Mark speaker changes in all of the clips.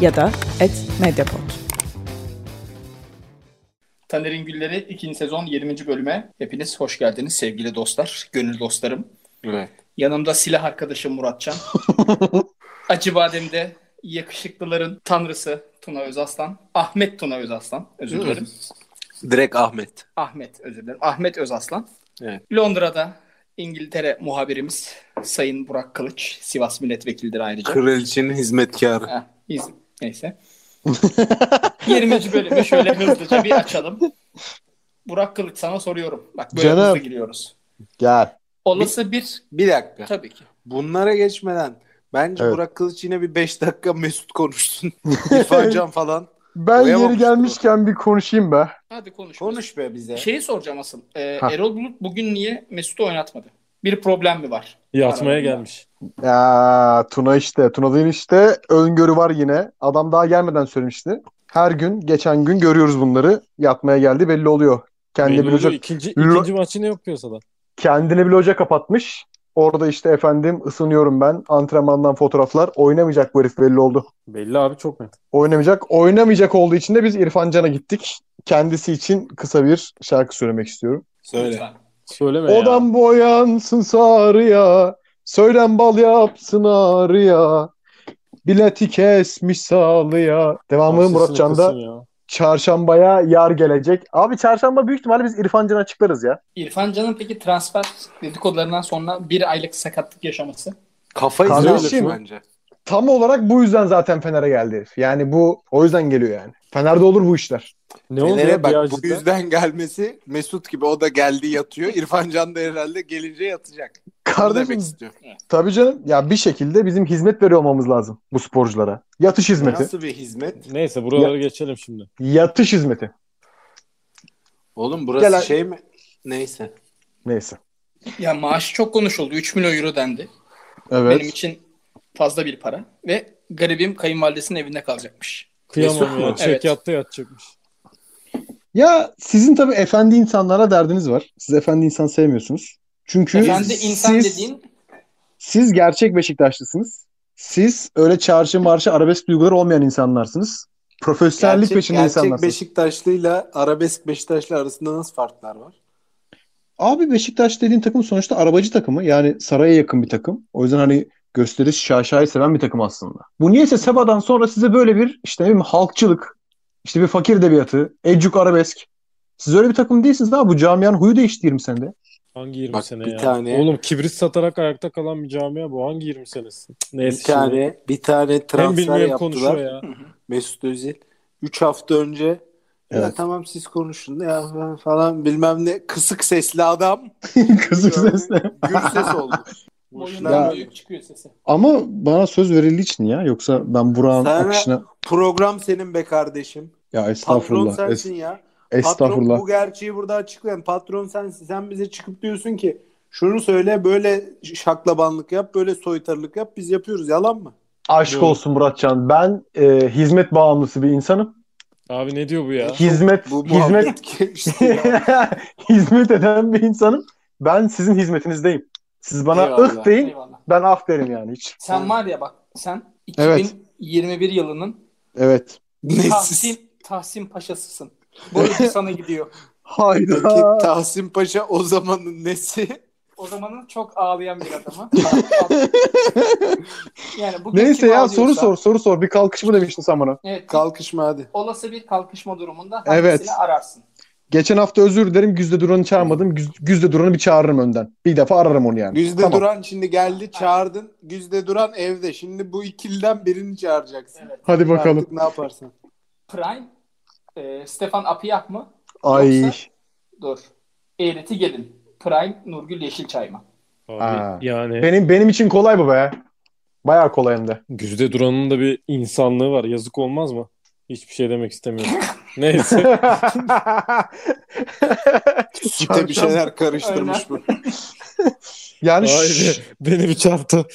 Speaker 1: ya da @mediapod.
Speaker 2: Taner'in Gülleri 2. sezon 20. bölüme hepiniz hoş geldiniz sevgili dostlar, gönül dostlarım.
Speaker 3: Evet.
Speaker 2: Yanımda silah arkadaşım Muratcan. Acı Badem'de yakışıklıların tanrısı Tuna Özaslan. Ahmet Tuna Özaslan, özür dilerim.
Speaker 3: Direkt Ahmet.
Speaker 2: Ahmet, özür dilerim. Ahmet Özaslan.
Speaker 3: Evet.
Speaker 2: Londra'da İngiltere muhabirimiz Sayın Burak Kılıç, Sivas milletvekilidir ayrıca.
Speaker 3: Kraliçenin hizmetkarı.
Speaker 2: Heh, biz- neyse. 20. bölümü şöyle hızlıca bir açalım. Burak Kılıç sana soruyorum. Bak böyle
Speaker 4: Canım.
Speaker 2: hızlı giriyoruz.
Speaker 4: Gel.
Speaker 2: Olası bir
Speaker 3: Bir dakika.
Speaker 2: tabii ki.
Speaker 3: Bunlara geçmeden bence
Speaker 4: Evet.
Speaker 3: Burak Kılıç yine bir 5 dakika Mesut konuşsun. İrfan Can falan.
Speaker 4: Ben
Speaker 3: Koyamamıştı
Speaker 4: yeri gelmişken bir konuşayım be.
Speaker 2: Hadi konuş.
Speaker 3: Konuş be bize.
Speaker 2: Şeyi soracağım asıl. Ee,
Speaker 4: Ha.
Speaker 2: Erol Bulut bugün niye Mesut'u oynatmadı? Bir problem mi var?
Speaker 5: Yatmaya
Speaker 2: Aralarında.
Speaker 5: gelmiş.
Speaker 4: Ya Tuna işte. Tuna değil işte. Öngörü var yine. Adam daha gelmeden söylemişti. Her gün, geçen gün görüyoruz bunları. Yatmaya geldi belli oluyor. Kendine
Speaker 5: Belli
Speaker 4: bir
Speaker 5: oluyor.
Speaker 4: loca,
Speaker 5: İkinci,
Speaker 4: Lo-
Speaker 5: ikinci maçı ne yok piyasada?
Speaker 4: kendine bir loca kapatmış. Orada işte efendim ısınıyorum ben. Antrenmandan fotoğraflar. Oynamayacak bu herif belli oldu.
Speaker 5: Belli abi çok net.
Speaker 4: Oynamayacak. Oynamayacak olduğu için de biz İrfan Can'a gittik. Kendisi için kısa bir şarkı söylemek istiyorum.
Speaker 3: Söyle.
Speaker 2: Lütfen.
Speaker 5: Söyleme ya.
Speaker 4: Odam boyansın sarıya, söylen bal yapsın ağrıya. Bileti kesmiş sağlıya. Devamı
Speaker 5: Sesini
Speaker 4: Murat Can'da
Speaker 5: kısın ya.
Speaker 4: çarşambaya yar gelecek. Abi çarşamba büyük ihtimalle biz İrfan Can'a açıklarız ya.
Speaker 2: İrfan Can'ın peki transfer dedikodularından sonra bir aylık sakatlık yaşaması.
Speaker 3: Kafayı
Speaker 4: Kardeşim.
Speaker 3: söyle bence.
Speaker 4: Tam olarak bu yüzden zaten Fener'e geldi herif. Yani bu o yüzden geliyor yani. Fener'de olur bu işler.
Speaker 5: Ne oldu
Speaker 3: Fener'e
Speaker 5: ya
Speaker 3: bak bu
Speaker 5: Biagic'de?
Speaker 3: yüzden gelmesi Mesut gibi o da geldi yatıyor. İrfan Can da herhalde gelince yatacak. Bunu demek
Speaker 4: Kardeşim
Speaker 3: istiyor.
Speaker 4: tabii canım ya bir şekilde bizim hizmet veriyor olmamız lazım bu sporculara. Yatış hizmeti.
Speaker 3: Nasıl bir hizmet?
Speaker 5: Neyse buraları geçelim şimdi.
Speaker 4: Yatış hizmeti.
Speaker 3: Oğlum burası
Speaker 4: Gelen-
Speaker 3: şey mi? Neyse.
Speaker 4: Neyse.
Speaker 2: Ya maaşı çok konuşuldu. 3 milyon euro dendi.
Speaker 4: Evet.
Speaker 2: Benim için fazla bir para. Ve garibim kayınvalidesinin evinde kalacakmış.
Speaker 5: Kıyamam ya.
Speaker 2: mu?
Speaker 5: Çek
Speaker 2: Evet.
Speaker 5: yattı yatacakmış.
Speaker 4: Ya sizin tabii efendi insanlara derdiniz var. Siz efendi insan sevmiyorsunuz. Çünkü
Speaker 2: Efendi
Speaker 4: siz,
Speaker 2: insan dediğin
Speaker 4: siz gerçek Beşiktaşlısınız. Siz öyle çarşı marşı arabesk duyguları olmayan insanlarsınız. Profesyonellik
Speaker 3: Gerçek,
Speaker 4: peşinde
Speaker 3: gerçek
Speaker 4: insanlarsınız.
Speaker 3: Beşiktaşlı'yla arabesk Beşiktaşlı arasında nasıl farklar var?
Speaker 4: Abi Beşiktaş dediğin takım sonuçta arabacı takımı. Yani saraya yakın bir takım. O yüzden hani gösteriş şaşayı seven bir takım aslında. Bu niyeyse Seba'dan sonra size böyle bir işte ne bileyim halkçılık, işte bir fakir edebiyatı, ecuk arabesk. Siz öyle bir takım değilsiniz daha. Bu camianın huyu değişti 20 senede.
Speaker 5: Hangi 20
Speaker 3: Bak,
Speaker 5: sene
Speaker 3: bir
Speaker 5: ya?
Speaker 3: tane-
Speaker 5: Oğlum kibrit satarak ayakta kalan bir camia bu. Hangi 20 senesi? Cık, Neyse
Speaker 3: bir tane bir tane
Speaker 5: şimdi. Hem
Speaker 3: transfer
Speaker 5: bilmiyor hem konuşuyor
Speaker 3: yaptılar.
Speaker 5: ya.
Speaker 3: Mesut Özil 3 hafta önce ya
Speaker 4: Evet.
Speaker 3: tamam siz konuşun ya falan- falan bilmem ne kısık sesli adam
Speaker 4: Kızık sesle.
Speaker 3: gür ses oldu. Boşuna
Speaker 2: boyundan
Speaker 4: Ya-
Speaker 3: böyle
Speaker 2: büyük çıkıyor sesi.
Speaker 4: Ama bana söz verildiği için ya. Yoksa ben Burak'ın
Speaker 3: Sana-
Speaker 4: akışına...
Speaker 3: program senin be kardeşim.
Speaker 4: Ya
Speaker 3: Patron
Speaker 4: estağfurullah.
Speaker 3: sensin
Speaker 4: es-
Speaker 3: ya. Patron
Speaker 4: estağfurullah.
Speaker 3: bu gerçeği burada açıklayan patron sensin. Sen bize çıkıp diyorsun ki şunu söyle böyle şaklabanlık yap böyle soytarılık yap biz yapıyoruz yalan mı?
Speaker 4: Aşk olsun Muratcan. Ben e, hizmet bağımlısı bir insanım.
Speaker 5: Abi ne diyor bu ya?
Speaker 4: Hizmet
Speaker 3: Bu
Speaker 4: hizmet
Speaker 3: muhabbet geçti ya.
Speaker 4: hizmet eden bir insanım. Ben sizin hizmetinizdeyim. Siz bana
Speaker 3: Eyvallah.
Speaker 4: ıh deyin.
Speaker 2: Eyvallah.
Speaker 4: Ben af derim yani hiç.
Speaker 2: Sen var ya bak sen
Speaker 4: Evet.
Speaker 2: 2021 yılının
Speaker 4: Evet.
Speaker 3: Nefsiz.
Speaker 2: Tahsin, Tahsin Paşa'sısın. Bu ödül sana gidiyor.
Speaker 3: Peki
Speaker 6: Hayda.
Speaker 3: Tahsin Paşa o zamanın nesi?
Speaker 7: O zamanın çok ağlayan bir adamı. yani bugün
Speaker 6: Neyse
Speaker 7: kim
Speaker 6: ya
Speaker 7: ağlıyorsa-
Speaker 6: soru sor soru sor. Bir kalkışma demiştin sen bana.
Speaker 7: Evet,
Speaker 3: Kalkışma hadi.
Speaker 7: olası bir kalkışma durumunda hangisini
Speaker 6: Evet.
Speaker 7: ararsın?
Speaker 6: Geçen hafta özür dilerim Güzde Duran'ı çağırmadım. Güz- Güzde Duran'ı bir çağırırım önden. Bir defa ararım onu yani.
Speaker 3: Güzde
Speaker 6: Tamam.
Speaker 3: Duran şimdi geldi çağırdın. Güzde Duran evde. Şimdi bu ikiliden birini çağıracaksın.
Speaker 7: Evet.
Speaker 6: Hadi bakalım.
Speaker 3: Artık ne yaparsın?
Speaker 7: Prime, e, Stefan Apiyak mı?
Speaker 6: Ay.
Speaker 7: Yoksa- Dur. Eğreti gelin. Prime, Nurgül Yeşilçay mı?
Speaker 2: Abi,
Speaker 6: Aa.
Speaker 2: yani
Speaker 6: Benim benim için kolay bu be. Bayağı kolay hem de.
Speaker 2: Güzde Duran'ın da bir insanlığı var. Yazık olmaz mı? Hiçbir şey demek istemiyorum. Neyse.
Speaker 3: Gite bir şeyler karıştırmış bu.
Speaker 6: yani
Speaker 2: Vay
Speaker 6: şş-
Speaker 2: be, beni bir çarptı.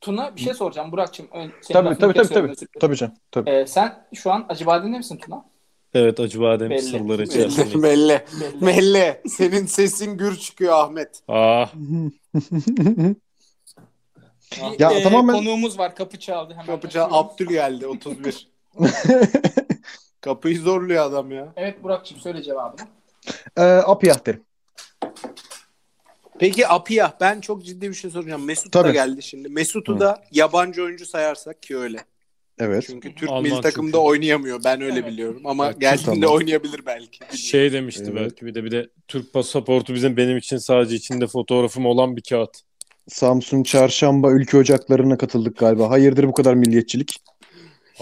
Speaker 7: Tuna bir şey soracağım Burak'cığım. Ön, senin
Speaker 6: Tabii
Speaker 7: lafını
Speaker 6: tabii tabii
Speaker 7: kesiyorum,
Speaker 6: tabii.
Speaker 7: özür dilerim.
Speaker 6: Tabii canım. Tabii.
Speaker 7: E, sen şu an Acıbadem'de misin Tuna?
Speaker 2: Evet acı badem
Speaker 7: Belli.
Speaker 2: sırları
Speaker 3: Melle,
Speaker 2: içerisinde.
Speaker 3: melle.
Speaker 7: Belli.
Speaker 3: Melle. Senin sesin gür çıkıyor Ahmet.
Speaker 2: Ah
Speaker 7: Bir,
Speaker 6: Ya,
Speaker 7: e,
Speaker 6: tamamen-
Speaker 7: Konuğumuz var. Kapı çaldı. Hemen şey
Speaker 3: Kapıcı
Speaker 7: kaçıyoruz.
Speaker 3: Abdül geldi 31. Kapıyı zorluyor adam ya.
Speaker 7: Evet Burak'cığım söyle cevabını.
Speaker 6: Ee, Apiyah derim.
Speaker 3: Peki Apiyah ben çok ciddi bir şey soracağım. Mesut da
Speaker 6: Tabii.
Speaker 3: geldi şimdi. Mesut'u
Speaker 6: Hı.
Speaker 3: da yabancı oyuncu sayarsak ki öyle.
Speaker 6: Evet.
Speaker 3: Çünkü Türk
Speaker 2: Alman
Speaker 3: milli takımda
Speaker 2: çünkü.
Speaker 3: oynayamıyor. Ben öyle
Speaker 7: Evet.
Speaker 3: biliyorum ama
Speaker 2: Evet,
Speaker 3: geldiğinde
Speaker 6: tamam.
Speaker 3: oynayabilir belki. Bilmiyorum.
Speaker 2: şey demişti
Speaker 6: Evet.
Speaker 2: belki bir de bir de Türk pasaportu bizim benim için sadece içinde fotoğrafım olan bir kağıt.
Speaker 6: Samsun Çarşamba ülke ocaklarına katıldık galiba. Hayırdır bu kadar milliyetçilik?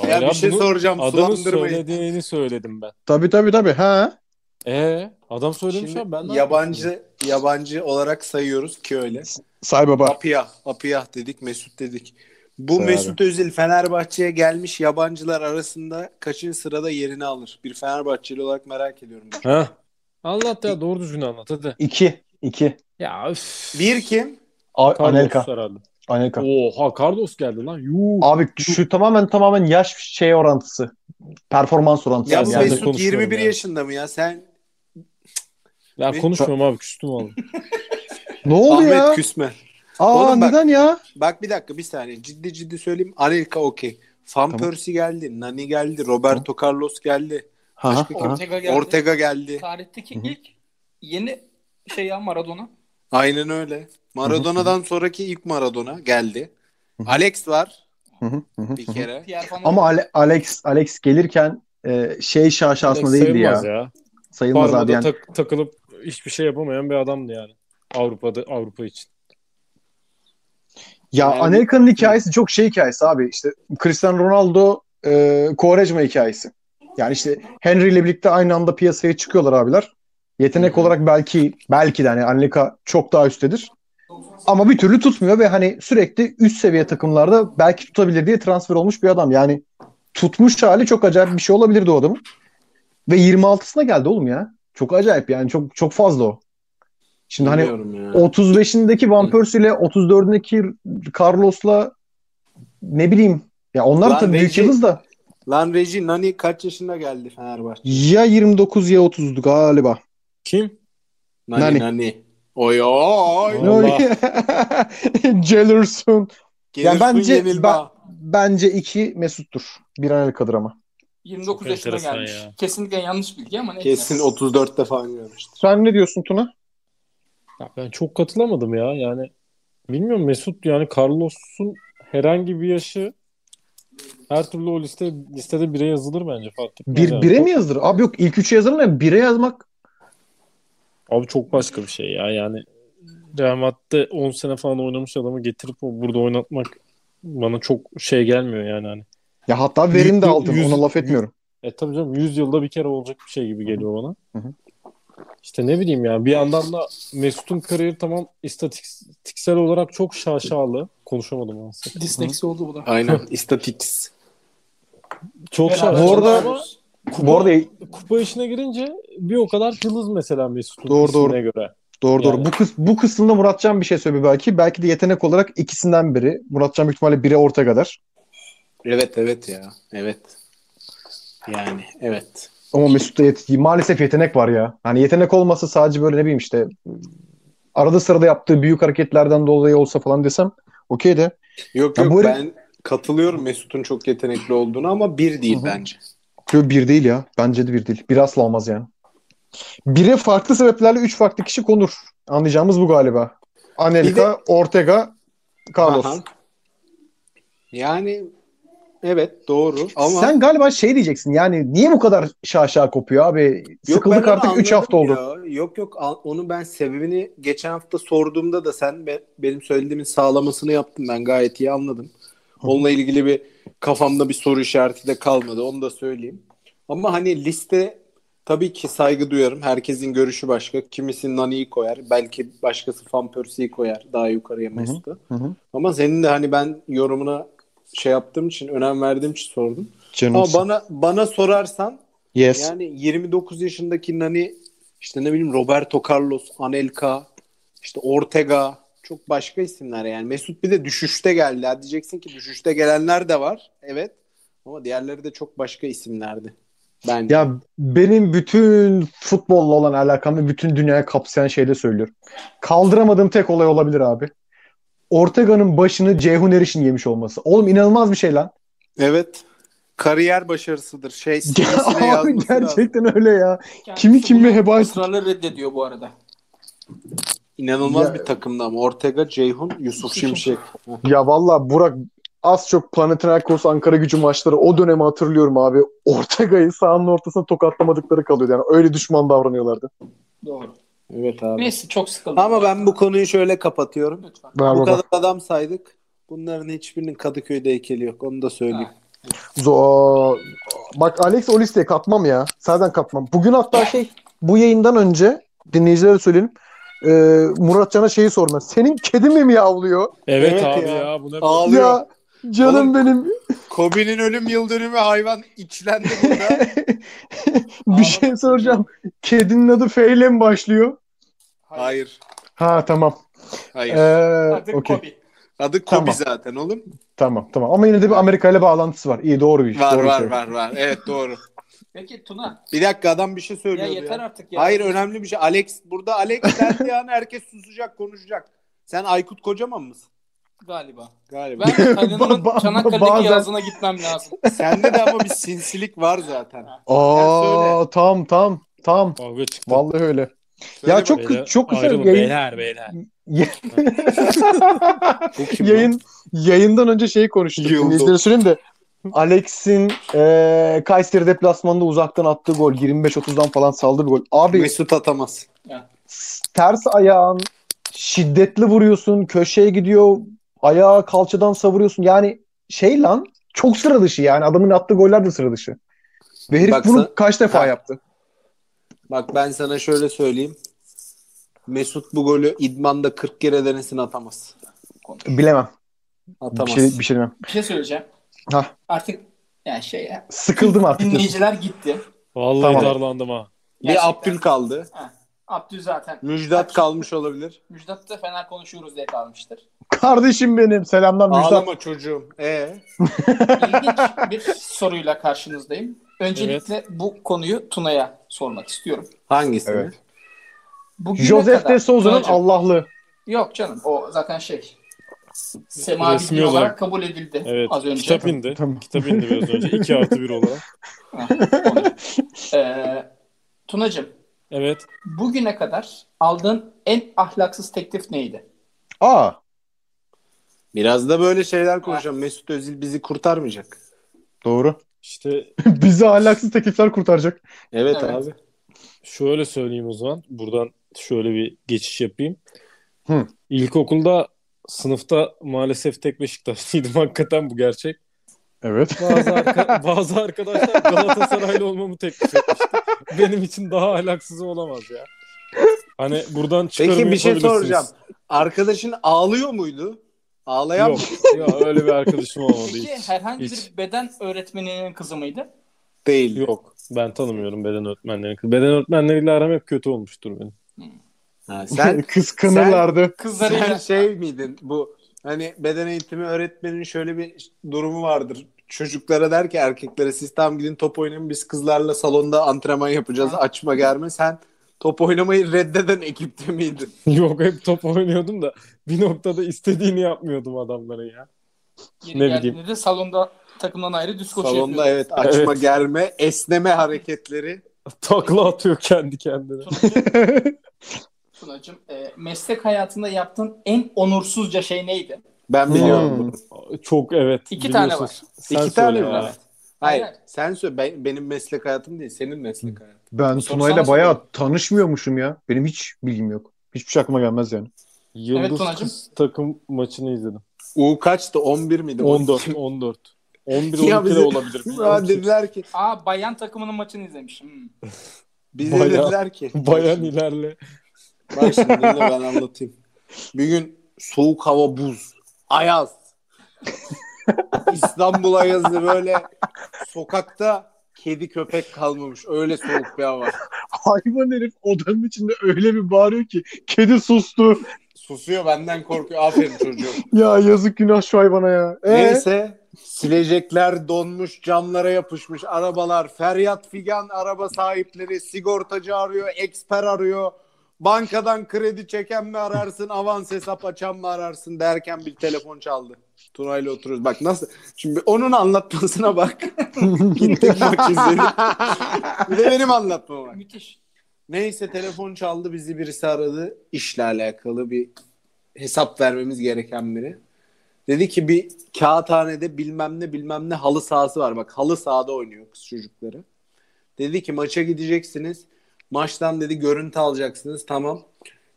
Speaker 3: ya
Speaker 2: Hala
Speaker 3: bir şey
Speaker 2: bunu-
Speaker 3: soracağım.
Speaker 2: Adamın
Speaker 3: Sulandırmayın.
Speaker 2: söylediğini söyledim ben.
Speaker 6: Tabii tabii tabii. Ha.
Speaker 2: Ee, adam söylemiş
Speaker 3: Şimdi
Speaker 2: abi ben de-
Speaker 3: yabancı yabancı olarak sayıyoruz ki öyle.
Speaker 6: Say baba.
Speaker 3: Apiyah, Apiyah dedik, Mesut dedik. Bu
Speaker 6: Severim.
Speaker 3: Mesut Özil Fenerbahçe'ye gelmiş yabancılar arasında kaçıncı sırada yerini alır? Bir Fenerbahçeli olarak merak ediyorum. bunu.
Speaker 2: Ha. Anlat ya doğru düzgün anlat hadi.
Speaker 6: 2 2.
Speaker 2: Ya öf.
Speaker 3: Bir kim?
Speaker 2: Carlos
Speaker 6: Anelka.
Speaker 2: herhalde.
Speaker 6: Anelka.
Speaker 2: Oha Carlos geldi lan. Yuh.
Speaker 6: Abi şu tamamen tamamen yaş şey orantısı. Performans orantısı.
Speaker 3: Ya bu
Speaker 2: Ben
Speaker 6: Yani-
Speaker 2: yerde
Speaker 3: Mesut
Speaker 2: konuşuyorum
Speaker 3: 21
Speaker 2: ya.
Speaker 3: yaşında mı ya? Sen
Speaker 2: Ya konuşmuyorum abi küstüm abi.
Speaker 6: Ne oldu
Speaker 3: Ahmet
Speaker 6: ya?
Speaker 3: Küsme.
Speaker 6: Aa
Speaker 3: Oğlum bak-
Speaker 6: neden ya?
Speaker 3: Bak bir dakika bir saniye. Ciddi ciddi söyleyeyim. Anelka okey. Van
Speaker 6: Tamam.
Speaker 3: Persie geldi. Nani geldi. Roberto Carlos geldi.
Speaker 6: Ha, ha.
Speaker 7: Ortega geldi.
Speaker 3: Ortega geldi.
Speaker 7: Tarihteki ilk yeni şey ya Maradona.
Speaker 3: Aynen öyle. Maradona'dan sonraki ilk Maradona geldi. Alex var
Speaker 6: Hı hı, hı hı.
Speaker 3: bir kere.
Speaker 7: Pierre Van
Speaker 6: Ama Ale- Alex Alex gelirken e, şey şaşasında değildi ya.
Speaker 2: Sayılmaz ya.
Speaker 6: Sayılmaz abi
Speaker 2: Parmada
Speaker 6: yani.
Speaker 2: tak- takılıp hiçbir şey yapamayan bir adamdı yani. Avrupa'da Avrupa için.
Speaker 6: Ya
Speaker 3: Yani-
Speaker 6: Anelka'nın hikayesi çok şey hikayesi abi. İşte Cristiano Ronaldo e, Quaresma hikayesi. Yani işte Henry ile birlikte aynı anda piyasaya çıkıyorlar abiler. Yetenek olarak belki belki de hani Anelka çok daha üsttedir. Ama bir türlü tutmuyor ve hani sürekli üst seviye takımlarda belki tutabilir diye transfer olmuş bir adam. Yani tutmuş hali çok acayip bir şey olabilirdi o adamın. Ve 26'sına geldi oğlum ya. Çok acayip yani çok çok fazla o. Şimdi hani
Speaker 3: Bilmiyorum ya.
Speaker 6: 35'indeki Van Persie ile 34'ündeki Carlos'la ne bileyim ya onlar
Speaker 3: Lan
Speaker 6: tabii büyük
Speaker 3: Reji-
Speaker 6: yıldız da
Speaker 3: Lan Reji Nani kaç yaşında geldi Fenerbahçe?
Speaker 6: ya 29 ya 30'du galiba.
Speaker 2: Kim?
Speaker 3: Nani Nani.
Speaker 6: Nani.
Speaker 3: Oy oy.
Speaker 2: Ne Allah.
Speaker 6: Gelirsin.
Speaker 3: Gelirsin
Speaker 6: bence-
Speaker 3: yenilme.
Speaker 6: ben- Bence 2 Mesut'tur. Bir Anelka'dır ama.
Speaker 7: 29
Speaker 2: Çok
Speaker 7: yaşında
Speaker 2: enteresan
Speaker 7: gelmiş.
Speaker 2: ya.
Speaker 7: Kesinlikle yanlış bilgi ama neyse.
Speaker 3: Kesin 34'te falan görmüştür.
Speaker 6: Sen ne diyorsun Tuna?
Speaker 2: Ya ben çok katılamadım ya. Yani bilmiyorum Mesut yani Carlos'un herhangi bir yaşı her türlü o liste listede bire yazılır bence fark etmez.
Speaker 6: Bir,
Speaker 2: yani.
Speaker 6: bire mi yazılır? Abi yok ilk 3'e yazılır mı? 1'e yazmak
Speaker 2: Abi çok başka bir şey ya yani. Real Madrid'de 10 sene falan oynamış adamı getirip o burada oynatmak bana çok şey gelmiyor yani hani.
Speaker 6: ya hatta verim de
Speaker 2: Yüz-
Speaker 6: aldım.
Speaker 2: yüz-
Speaker 6: Ona laf etmiyorum.
Speaker 2: E tabii canım 100 yılda bir kere olacak bir şey gibi geliyor bana.
Speaker 6: Hı hı.
Speaker 2: İşte ne bileyim yani bir yandan da Mesut'un kariyeri tamam istatistiksel olarak çok şaşalı. Konuşamadım aslında.
Speaker 7: Disleksi oldu bu da.
Speaker 3: Aynen. İstatiks.
Speaker 2: Çok
Speaker 7: Beraber
Speaker 2: şaşalı.
Speaker 6: Bu arada-
Speaker 2: ama
Speaker 6: Bu arada
Speaker 2: kupa işine girince bir o kadar yıldız mesela Mesut'un
Speaker 6: Doğru,
Speaker 2: ismine
Speaker 6: doğru.
Speaker 2: göre.
Speaker 6: Doğru
Speaker 2: Yani-
Speaker 6: doğru. Bu, kıs bu kısımda Muratcan bir şey söylüyor belki. Belki de yetenek olarak ikisinden biri. Muratcan büyük ihtimalle biri orta kadar.
Speaker 3: Evet evet ya. Evet. Yani evet.
Speaker 6: Ama Mesut'ta yet maalesef yetenek var ya. Hani yetenek olmasa sadece böyle ne bileyim işte arada sırada yaptığı büyük hareketlerden dolayı olsa falan desem okey de.
Speaker 3: Yok
Speaker 6: Ya
Speaker 3: yok
Speaker 6: bu herif-
Speaker 3: ben katılıyorum Mesut'un çok yetenekli olduğunu ama bir değil bence.
Speaker 6: Yo, bir değil ya. Bence de bir değil. Bir asla olmaz yani. Bire farklı sebeplerle üç farklı kişi konur. Anlayacağımız bu galiba. Anelka, Ortega, Carlos.
Speaker 2: Aha. Yani evet doğru ama
Speaker 6: Sen galiba şey diyeceksin yani niye bu kadar şaşa kopuyor abi?
Speaker 2: Yok, ben
Speaker 6: Sıkıldık
Speaker 2: onu
Speaker 6: artık
Speaker 2: anladım
Speaker 6: 3 hafta oldu.
Speaker 2: ya. Yok yok al- onu ben sebebini geçen hafta sorduğumda da sen be- benim söylediğimin sağlamasını yaptın ben gayet iyi anladım. Onunla ilgili bir kafamda bir soru işareti de kalmadı onu da söyleyeyim. Ama hani liste tabii ki saygı duyarım. Herkesin görüşü başka. Kimisi Nani'yi koyar. Belki başkası Van Persie'yi koyar daha yukarıya Mesut'u.
Speaker 6: Hı hı.
Speaker 2: Ama senin de hani ben yorumuna şey yaptığım için önem verdiğim için sordum. Ama
Speaker 6: Canımsın.
Speaker 2: bana bana sorarsan
Speaker 6: Yes.
Speaker 2: yani 29 yaşındaki Nani işte ne bileyim Roberto Carlos, Anelka, işte Ortega çok başka isimler yani. Mesut bir de düşüşte geldi. Ha diyeceksin ki düşüşte gelenler de var. Evet. Ama diğerleri de çok başka isimlerdi. Bence.
Speaker 6: Ya benim bütün futbolla olan alakam ve bütün dünyayı kapsayan şeyle söylüyorum. Kaldıramadığım tek olay olabilir abi. Ortega'nın başını Ceyhun Eriş'in yemiş olması. Oğlum inanılmaz bir şey lan.
Speaker 2: Evet. Kariyer başarısıdır. Şey
Speaker 6: Ya
Speaker 2: CV'sine
Speaker 6: abi
Speaker 2: yazması lazım.
Speaker 6: gerçekten öyle ya. Kimi kimi hebaet.
Speaker 3: Israrla reddediyor bu arada.
Speaker 2: İnanılmaz
Speaker 6: Ya-
Speaker 2: bir takımdı ama. Ortega, Ceyhun, Yusuf Şimşek.
Speaker 6: Ya valla Burak az çok Panathinaikos Ankara gücü maçları o dönemi hatırlıyorum abi. Ortega'yı sahanın ortasına tokatlamadıkları kalıyordu. Yani öyle düşman davranıyorlardı.
Speaker 3: Doğru.
Speaker 2: Evet abi.
Speaker 3: Neyse çok sıkıldım.
Speaker 2: Ama ben bu konuyu şöyle kapatıyorum.
Speaker 3: Lütfen.
Speaker 6: Ver
Speaker 2: Bu
Speaker 6: baba.
Speaker 2: kadar adam saydık. Bunların hiçbirinin Kadıköy'de heykeli yok. Onu da söyleyeyim.
Speaker 6: Zo- Bak Alex o listeye katmam ya. Senden katmam. Bugün hatta şey bu yayından önce dinleyicilere söyleyelim. Ee, Murat Can'a şeyi sorma. Senin kedi mi miyavlıyor?
Speaker 4: Evet,
Speaker 2: Evet
Speaker 4: abi
Speaker 2: ya.
Speaker 4: ya. bu ne
Speaker 2: Ağlıyor.
Speaker 6: Ya canım
Speaker 2: Oğlum-
Speaker 6: benim
Speaker 2: Kobe'nin ölüm yıl dönümü hayvan içlendi burada.
Speaker 6: bir şey soracağım. Kedinin adı F ile mi başlıyor?
Speaker 2: hayır.
Speaker 6: Ha tamam.
Speaker 2: Hayır.
Speaker 6: Ee,
Speaker 3: Adı
Speaker 6: okey.
Speaker 3: Kobe.
Speaker 2: Adı Kobe
Speaker 6: Tamam.
Speaker 2: zaten oğlum.
Speaker 6: Tamam tamam. Ama yine de bir Amerika ile bağlantısı var. İyi doğru bir iş.
Speaker 2: Var
Speaker 6: doğru
Speaker 2: var
Speaker 6: şey.
Speaker 2: var var. Evet doğru.
Speaker 3: Peki Tuna.
Speaker 2: Bir dakika adam bir şey
Speaker 3: Ya
Speaker 2: söylüyordu ya.
Speaker 3: yeter artık ya.
Speaker 2: Hayır önemli bir şey. Alex burada Alex derdi yani herkes susacak konuşacak. Sen Aykut Kocaman mısın?
Speaker 3: Galiba.
Speaker 2: Galiba.
Speaker 3: Ben Kalina'nın
Speaker 6: Ba- ba-
Speaker 3: Çanakkale'deki
Speaker 6: bazen-
Speaker 3: yazına gitmem lazım.
Speaker 2: Sende de ama bir sinsilik var zaten. Ya
Speaker 6: Aa tam tam tam.
Speaker 4: Kavga çıktı.
Speaker 6: Vallahi öyle.
Speaker 2: Söyle
Speaker 6: ya çok
Speaker 4: Beyler,
Speaker 6: kı- çok kısa
Speaker 4: ayrılın
Speaker 6: yayın.
Speaker 4: Beyler beyler.
Speaker 2: Bu kim lan?
Speaker 6: Yayın yayından önce şeyi konuştuk.
Speaker 2: Yıldım.
Speaker 6: Dinleyicilere söyleyeyim de Alex'in e, Kayseri deplasmanında uzaktan attığı gol 25-30'dan falan saldı bir gol. Abi
Speaker 2: Mesut atamaz.
Speaker 6: s- ters ayağın şiddetli vuruyorsun, köşeye gidiyor, ayağı kalçadan savuruyorsun. Yani şey lan çok sıra dışı yani adamın attığı goller de sıra dışı. Ve herif
Speaker 2: Bak sen-
Speaker 6: bunu kaç defa
Speaker 2: Ha.
Speaker 6: yaptı?
Speaker 2: Bak ben sana şöyle söyleyeyim. Mesut bu golü idmanda 40 kere denesin atamaz.
Speaker 6: Bilemem.
Speaker 2: Atamaz.
Speaker 6: Bir şey bir şey demem.
Speaker 3: Bir şey söyleyeceğim.
Speaker 6: Hah.
Speaker 3: Artık yani şey ya.
Speaker 6: Sıkıldım artık. diyorsun.
Speaker 3: Dinleyiciler gitti.
Speaker 4: Vallahi
Speaker 6: Tamam.
Speaker 4: darlandım ha.
Speaker 2: Bir
Speaker 3: Gerçekten.
Speaker 2: Abdül kaldı.
Speaker 3: Abdü zaten.
Speaker 2: Müjdat kalmış olabilir.
Speaker 3: Müjdat da Fener konuşuyoruz diye kalmıştır.
Speaker 6: Kardeşim benim. Selamlar Müjdat.
Speaker 2: Ağlama çocuğum. Ee,
Speaker 3: İlginç bir soruyla karşınızdayım. Öncelikle bu konuyu Tuna'ya sormak istiyorum.
Speaker 2: hangisini?
Speaker 6: Evet.
Speaker 3: Bugüne
Speaker 6: Joseph
Speaker 3: kadar-
Speaker 6: de Souza'nın
Speaker 3: Tunacığım,
Speaker 6: Allah'lı.
Speaker 3: Yok canım o zaten şey. Semavi
Speaker 4: Resmi
Speaker 3: din olarak,
Speaker 4: olarak.
Speaker 3: kabul edildi
Speaker 4: Evet.
Speaker 3: az önce.
Speaker 4: Kitap indi.
Speaker 6: Tamam.
Speaker 4: Kitap indi biraz önce. 2 artı 1 olarak.
Speaker 3: Ha, onu. Ee, Tunacığım
Speaker 4: Evet.
Speaker 3: bugüne kadar aldığın en ahlaksız teklif neydi?
Speaker 6: Aa.
Speaker 2: Biraz da böyle şeyler konuşalım. Mesut Özil bizi kurtarmayacak.
Speaker 6: Doğru.
Speaker 4: İşte
Speaker 6: Bizi ahlaksız teklifler kurtaracak.
Speaker 2: Evet,
Speaker 3: Evet.
Speaker 2: abi.
Speaker 4: Şöyle söyleyeyim o zaman. Buradan şöyle bir geçiş yapayım.
Speaker 6: Hı.
Speaker 4: İlkokulda sınıfta maalesef tek Beşiktaşlıydım. Hakikaten bu gerçek.
Speaker 6: Evet.
Speaker 4: Bazı, arka- bazı arkadaşlar Galatasaraylı olmamı teklif etmişti. Benim için daha ahlaksızı olamaz ya. Hani buradan çıkarım
Speaker 2: Peki bir şey
Speaker 4: yapabilirsiniz.
Speaker 2: soracağım. Arkadaşın ağlıyor muydu? Ağlayan
Speaker 4: Yok,
Speaker 2: mı?
Speaker 4: ya öyle bir arkadaşım olmadı
Speaker 3: Peki
Speaker 4: hiç.
Speaker 3: herhangi
Speaker 4: hiç.
Speaker 3: bir beden öğretmeninin kızı mıydı?
Speaker 2: değil.
Speaker 4: Yok. Ben tanımıyorum beden öğretmenlerini. Beden öğretmenleriyle aram hep kötü olmuştur benim.
Speaker 2: Ha, sen
Speaker 6: Kıskanırlardı.
Speaker 2: sen
Speaker 3: Kızlarıyla
Speaker 2: şey miydin bu hani beden eğitimi öğretmenin şöyle bir durumu vardır. Çocuklara der ki erkeklere siz tam gidin top oynayın biz kızlarla salonda antrenman yapacağız açma germe sen top oynamayı reddeden ekipte miydin?
Speaker 4: Yok hep top oynuyordum da bir noktada istediğini yapmıyordum adamların ya.
Speaker 3: yeri
Speaker 4: ne
Speaker 3: geldiğinde
Speaker 4: bileyim.
Speaker 3: de salonda takımdan ayrı düz koşu
Speaker 2: Salonda
Speaker 3: yapıyordu.
Speaker 2: evet açma
Speaker 4: Evet.
Speaker 2: germe esneme hareketleri
Speaker 4: Takla atıyor kendi kendine.
Speaker 3: Tunacığım, e, meslek hayatında yaptığın en onursuzca şey neydi?
Speaker 2: Ben biliyorum.
Speaker 4: Çok evet.
Speaker 3: İki tane var.
Speaker 4: Hmm. Sen
Speaker 2: Hmm. İki tane
Speaker 4: söyle
Speaker 2: mi
Speaker 4: ya.
Speaker 2: var? Hayır.
Speaker 3: Aynen.
Speaker 2: Sen söyle. Ben- benim meslek hayatım değil. Senin meslek
Speaker 4: Hmm.
Speaker 2: hayatın.
Speaker 6: Ben
Speaker 3: Sorsana
Speaker 6: Tuna'yla
Speaker 3: sana.
Speaker 6: bayağı tanışmıyormuşum ya. Benim hiç bilgim yok. Hiçbir şey aklıma gelmez yani.
Speaker 4: Yıldız
Speaker 3: Evet, Tunacığım.
Speaker 4: kız takım maçını izledim.
Speaker 2: U kaçtı? 11 miydi?
Speaker 4: 14, 14. 11
Speaker 2: Ya
Speaker 4: 12 de
Speaker 2: bizim-
Speaker 4: olabilir. mi?
Speaker 2: Aa, dediler ki
Speaker 3: Aa bayan takımının maçını izlemişim. Hmm.
Speaker 2: bize
Speaker 4: Bayağı-
Speaker 2: dediler ki
Speaker 4: Bayan ilerle.
Speaker 2: Bak şimdi bunu ben anlatayım. Bir gün soğuk hava buz. Ayaz. İstanbul ayazı böyle sokakta kedi köpek kalmamış. Öyle soğuk bir hava.
Speaker 6: Hayvan herif odanın içinde öyle bir bağırıyor ki kedi sustu.
Speaker 2: Susuyor benden korkuyor. Aferin çocuğum.
Speaker 6: Ya yazık günah şu hayvana ya. Ee?
Speaker 2: Neyse silecekler donmuş camlara yapışmış arabalar feryat figan araba sahipleri sigortacı arıyor eksper arıyor bankadan kredi çeken mi ararsın avans hesap açan mı ararsın derken bir telefon çaldı. Tuna'yla oturuyoruz. Bak nasıl? Şimdi onun anlatmasına bak. Gittik bak izledik. Bir de benim anlatmama bak.
Speaker 3: Müthiş.
Speaker 2: Neyse telefon çaldı bizi birisi aradı. İşle alakalı bir hesap vermemiz gereken biri. Dedi ki bir kağıthanede bilmem ne bilmem ne halı sahası var. Bak halı sahada oynuyor kız çocukları. Dedi ki maça gideceksiniz. Maçtan dedi görüntü alacaksınız. Tamam.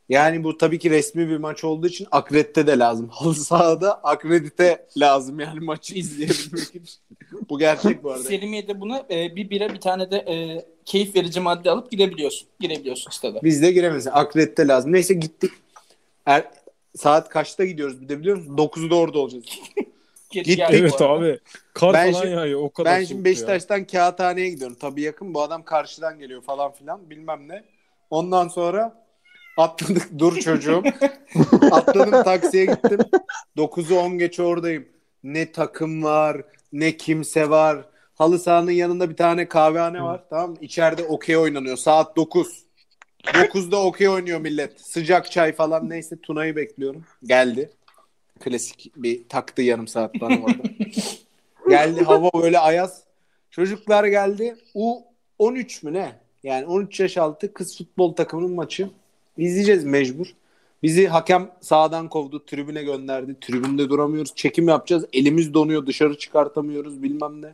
Speaker 2: Yani bu tabii ki resmi bir maç olduğu için akredite de lazım. Halı sahada akredite lazım yani maçı izleyebilmek için. bu gerçek bu arada.
Speaker 3: Selimiye'de buna e, bir bira bir tane de e, keyif verici madde alıp gidebiliyorsun. Girebiliyorsun stada.
Speaker 2: Biz de giremeyiz. Akredite lazım. Neyse gittik. Er, saat kaçta gidiyoruz bir de biliyor musun? 9'da orada olacağız.
Speaker 3: Geri
Speaker 2: Git-
Speaker 3: geldi bu
Speaker 4: Evet
Speaker 3: arada.
Speaker 4: abi. Kar
Speaker 2: Ben
Speaker 4: falan
Speaker 2: şimdi-
Speaker 4: yağıyor. O kadar
Speaker 2: ben
Speaker 4: soğuk
Speaker 2: şimdi
Speaker 4: ya.
Speaker 2: Beşiktaş'tan kağıthaneye gidiyorum. Tabii yakın. Bu adam karşıdan geliyor falan filan. Bilmem ne. Ondan sonra atladık. Dur çocuğum. Atladım taksiye gittim. 9'u 10 geç oradayım. Ne takım var, ne kimse var. Halı sahanın yanında bir tane kahvehane var. Tamam mı? İçeride okey oynanıyor. Saat 9. 9'da okey oynuyor millet. Sıcak çay falan neyse Tuna'yı bekliyorum. Geldi. Klasik bir taktı yarım saat bana orada. geldi hava böyle ayaz. Çocuklar geldi. U 13 mü ne? Yani 13 yaş altı kız futbol takımının maçı. İzleyeceğiz mecbur. Bizi hakem sağdan kovdu, tribüne gönderdi. Tribünde duramıyoruz. Çekim yapacağız. Elimiz donuyor, dışarı çıkartamıyoruz bilmem ne.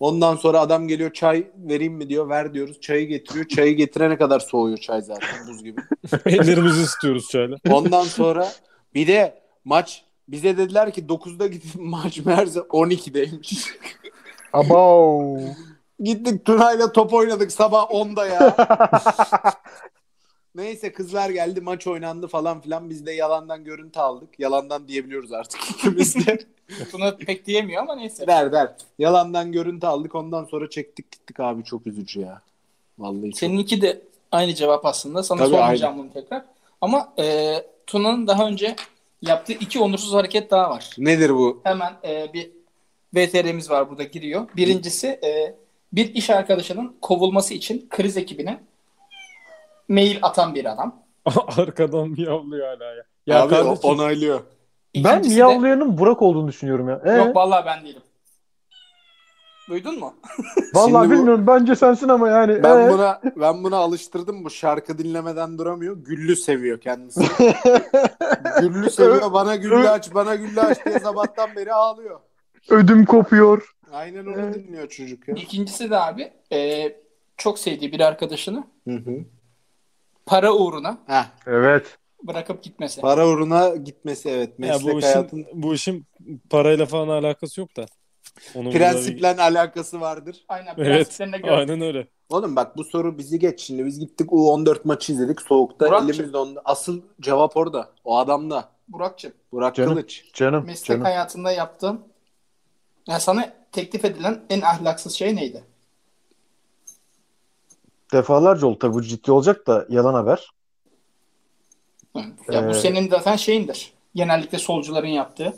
Speaker 2: Ondan sonra adam geliyor çay vereyim mi diyor. Ver diyoruz. Çayı getiriyor. Çayı getirene kadar soğuyor çay zaten buz gibi.
Speaker 4: Ellerimizi istiyoruz şöyle.
Speaker 2: Ondan sonra bir de maç bize dediler ki 9'da gidip maç meğerse 12'deymiş.
Speaker 6: Abav.
Speaker 2: Gittik Tuna'yla top oynadık sabah 10'da ya. Neyse kızlar geldi maç oynandı falan filan. Biz de yalandan görüntü aldık. Yalandan diyebiliyoruz artık ikimiz de.
Speaker 3: Buna pek diyemiyor ama neyse.
Speaker 2: ver ver. Yalandan görüntü aldık. Ondan sonra çektik gittik abi çok üzücü ya. Vallahi çok.
Speaker 3: Seninki de aynı cevap aslında. Sana
Speaker 2: Tabii,
Speaker 3: sormayacağım bunu tekrar. Ama e, Tuna'nın daha önce yaptığı iki onursuz hareket daha var.
Speaker 2: Nedir bu?
Speaker 3: Hemen e, bir VTR'miz var burada giriyor. Birincisi e, bir iş arkadaşının kovulması için kriz ekibine mail atan bir adam.
Speaker 4: Arkadan miyavlıyor hala ya. Ya
Speaker 2: abi
Speaker 4: kardeşim,
Speaker 2: o- onaylıyor.
Speaker 6: Ben
Speaker 3: İkincisi de-
Speaker 6: miyavlayanın Burak olduğunu düşünüyorum ya. Ee,
Speaker 3: Yok vallahi ben değilim. Duydun mu?
Speaker 6: vallahi
Speaker 2: şimdi bu-
Speaker 6: bilmiyorum bence sensin ama yani.
Speaker 2: Ben
Speaker 6: ee.
Speaker 2: buna ben buna alıştırdım. Bu şarkı dinlemeden duramıyor. Güllü seviyor kendisi. güllü seviyor. Bana güllü aç, bana güllü aç diye sabahtan beri ağlıyor.
Speaker 6: Ödüm kopuyor.
Speaker 2: Aynen onu
Speaker 6: Evet.
Speaker 2: dinliyor çocuk ya.
Speaker 3: İkincisi de abi e, çok sevdiği bir arkadaşını para uğruna
Speaker 2: Heh,
Speaker 6: Evet.
Speaker 3: bırakıp gitmesi.
Speaker 2: para uğruna gitmesi evet.
Speaker 4: ya
Speaker 2: Meslek
Speaker 4: bu işin
Speaker 2: hayatın
Speaker 4: bu işin parayla falan alakası yok da. Onun burada
Speaker 2: prensiple alakası vardır.
Speaker 3: Aynen
Speaker 4: bir- Evet.
Speaker 3: prensiplerine göre.
Speaker 4: Aynen öyle.
Speaker 2: Oğlum bak bu soru bizi geç şimdi. Biz gittik U14 maçı izledik soğukta.
Speaker 3: Burak'cığım.
Speaker 2: Elimiz dondu. Asıl cevap orada. O adamda.
Speaker 3: Burak'cığım
Speaker 2: Burak
Speaker 6: Canım.
Speaker 2: Kılıç.
Speaker 6: Canım.
Speaker 3: meslek
Speaker 6: canım.
Speaker 3: hayatında yaptığın ya sana teklif edilen en ahlaksız şey neydi?
Speaker 6: Defalarca oldu tabii bu ciddi olacak da yalan haber.
Speaker 3: Ya bu
Speaker 6: Ee,
Speaker 3: senin zaten şeyindir. Genellikle solcuların yaptığı.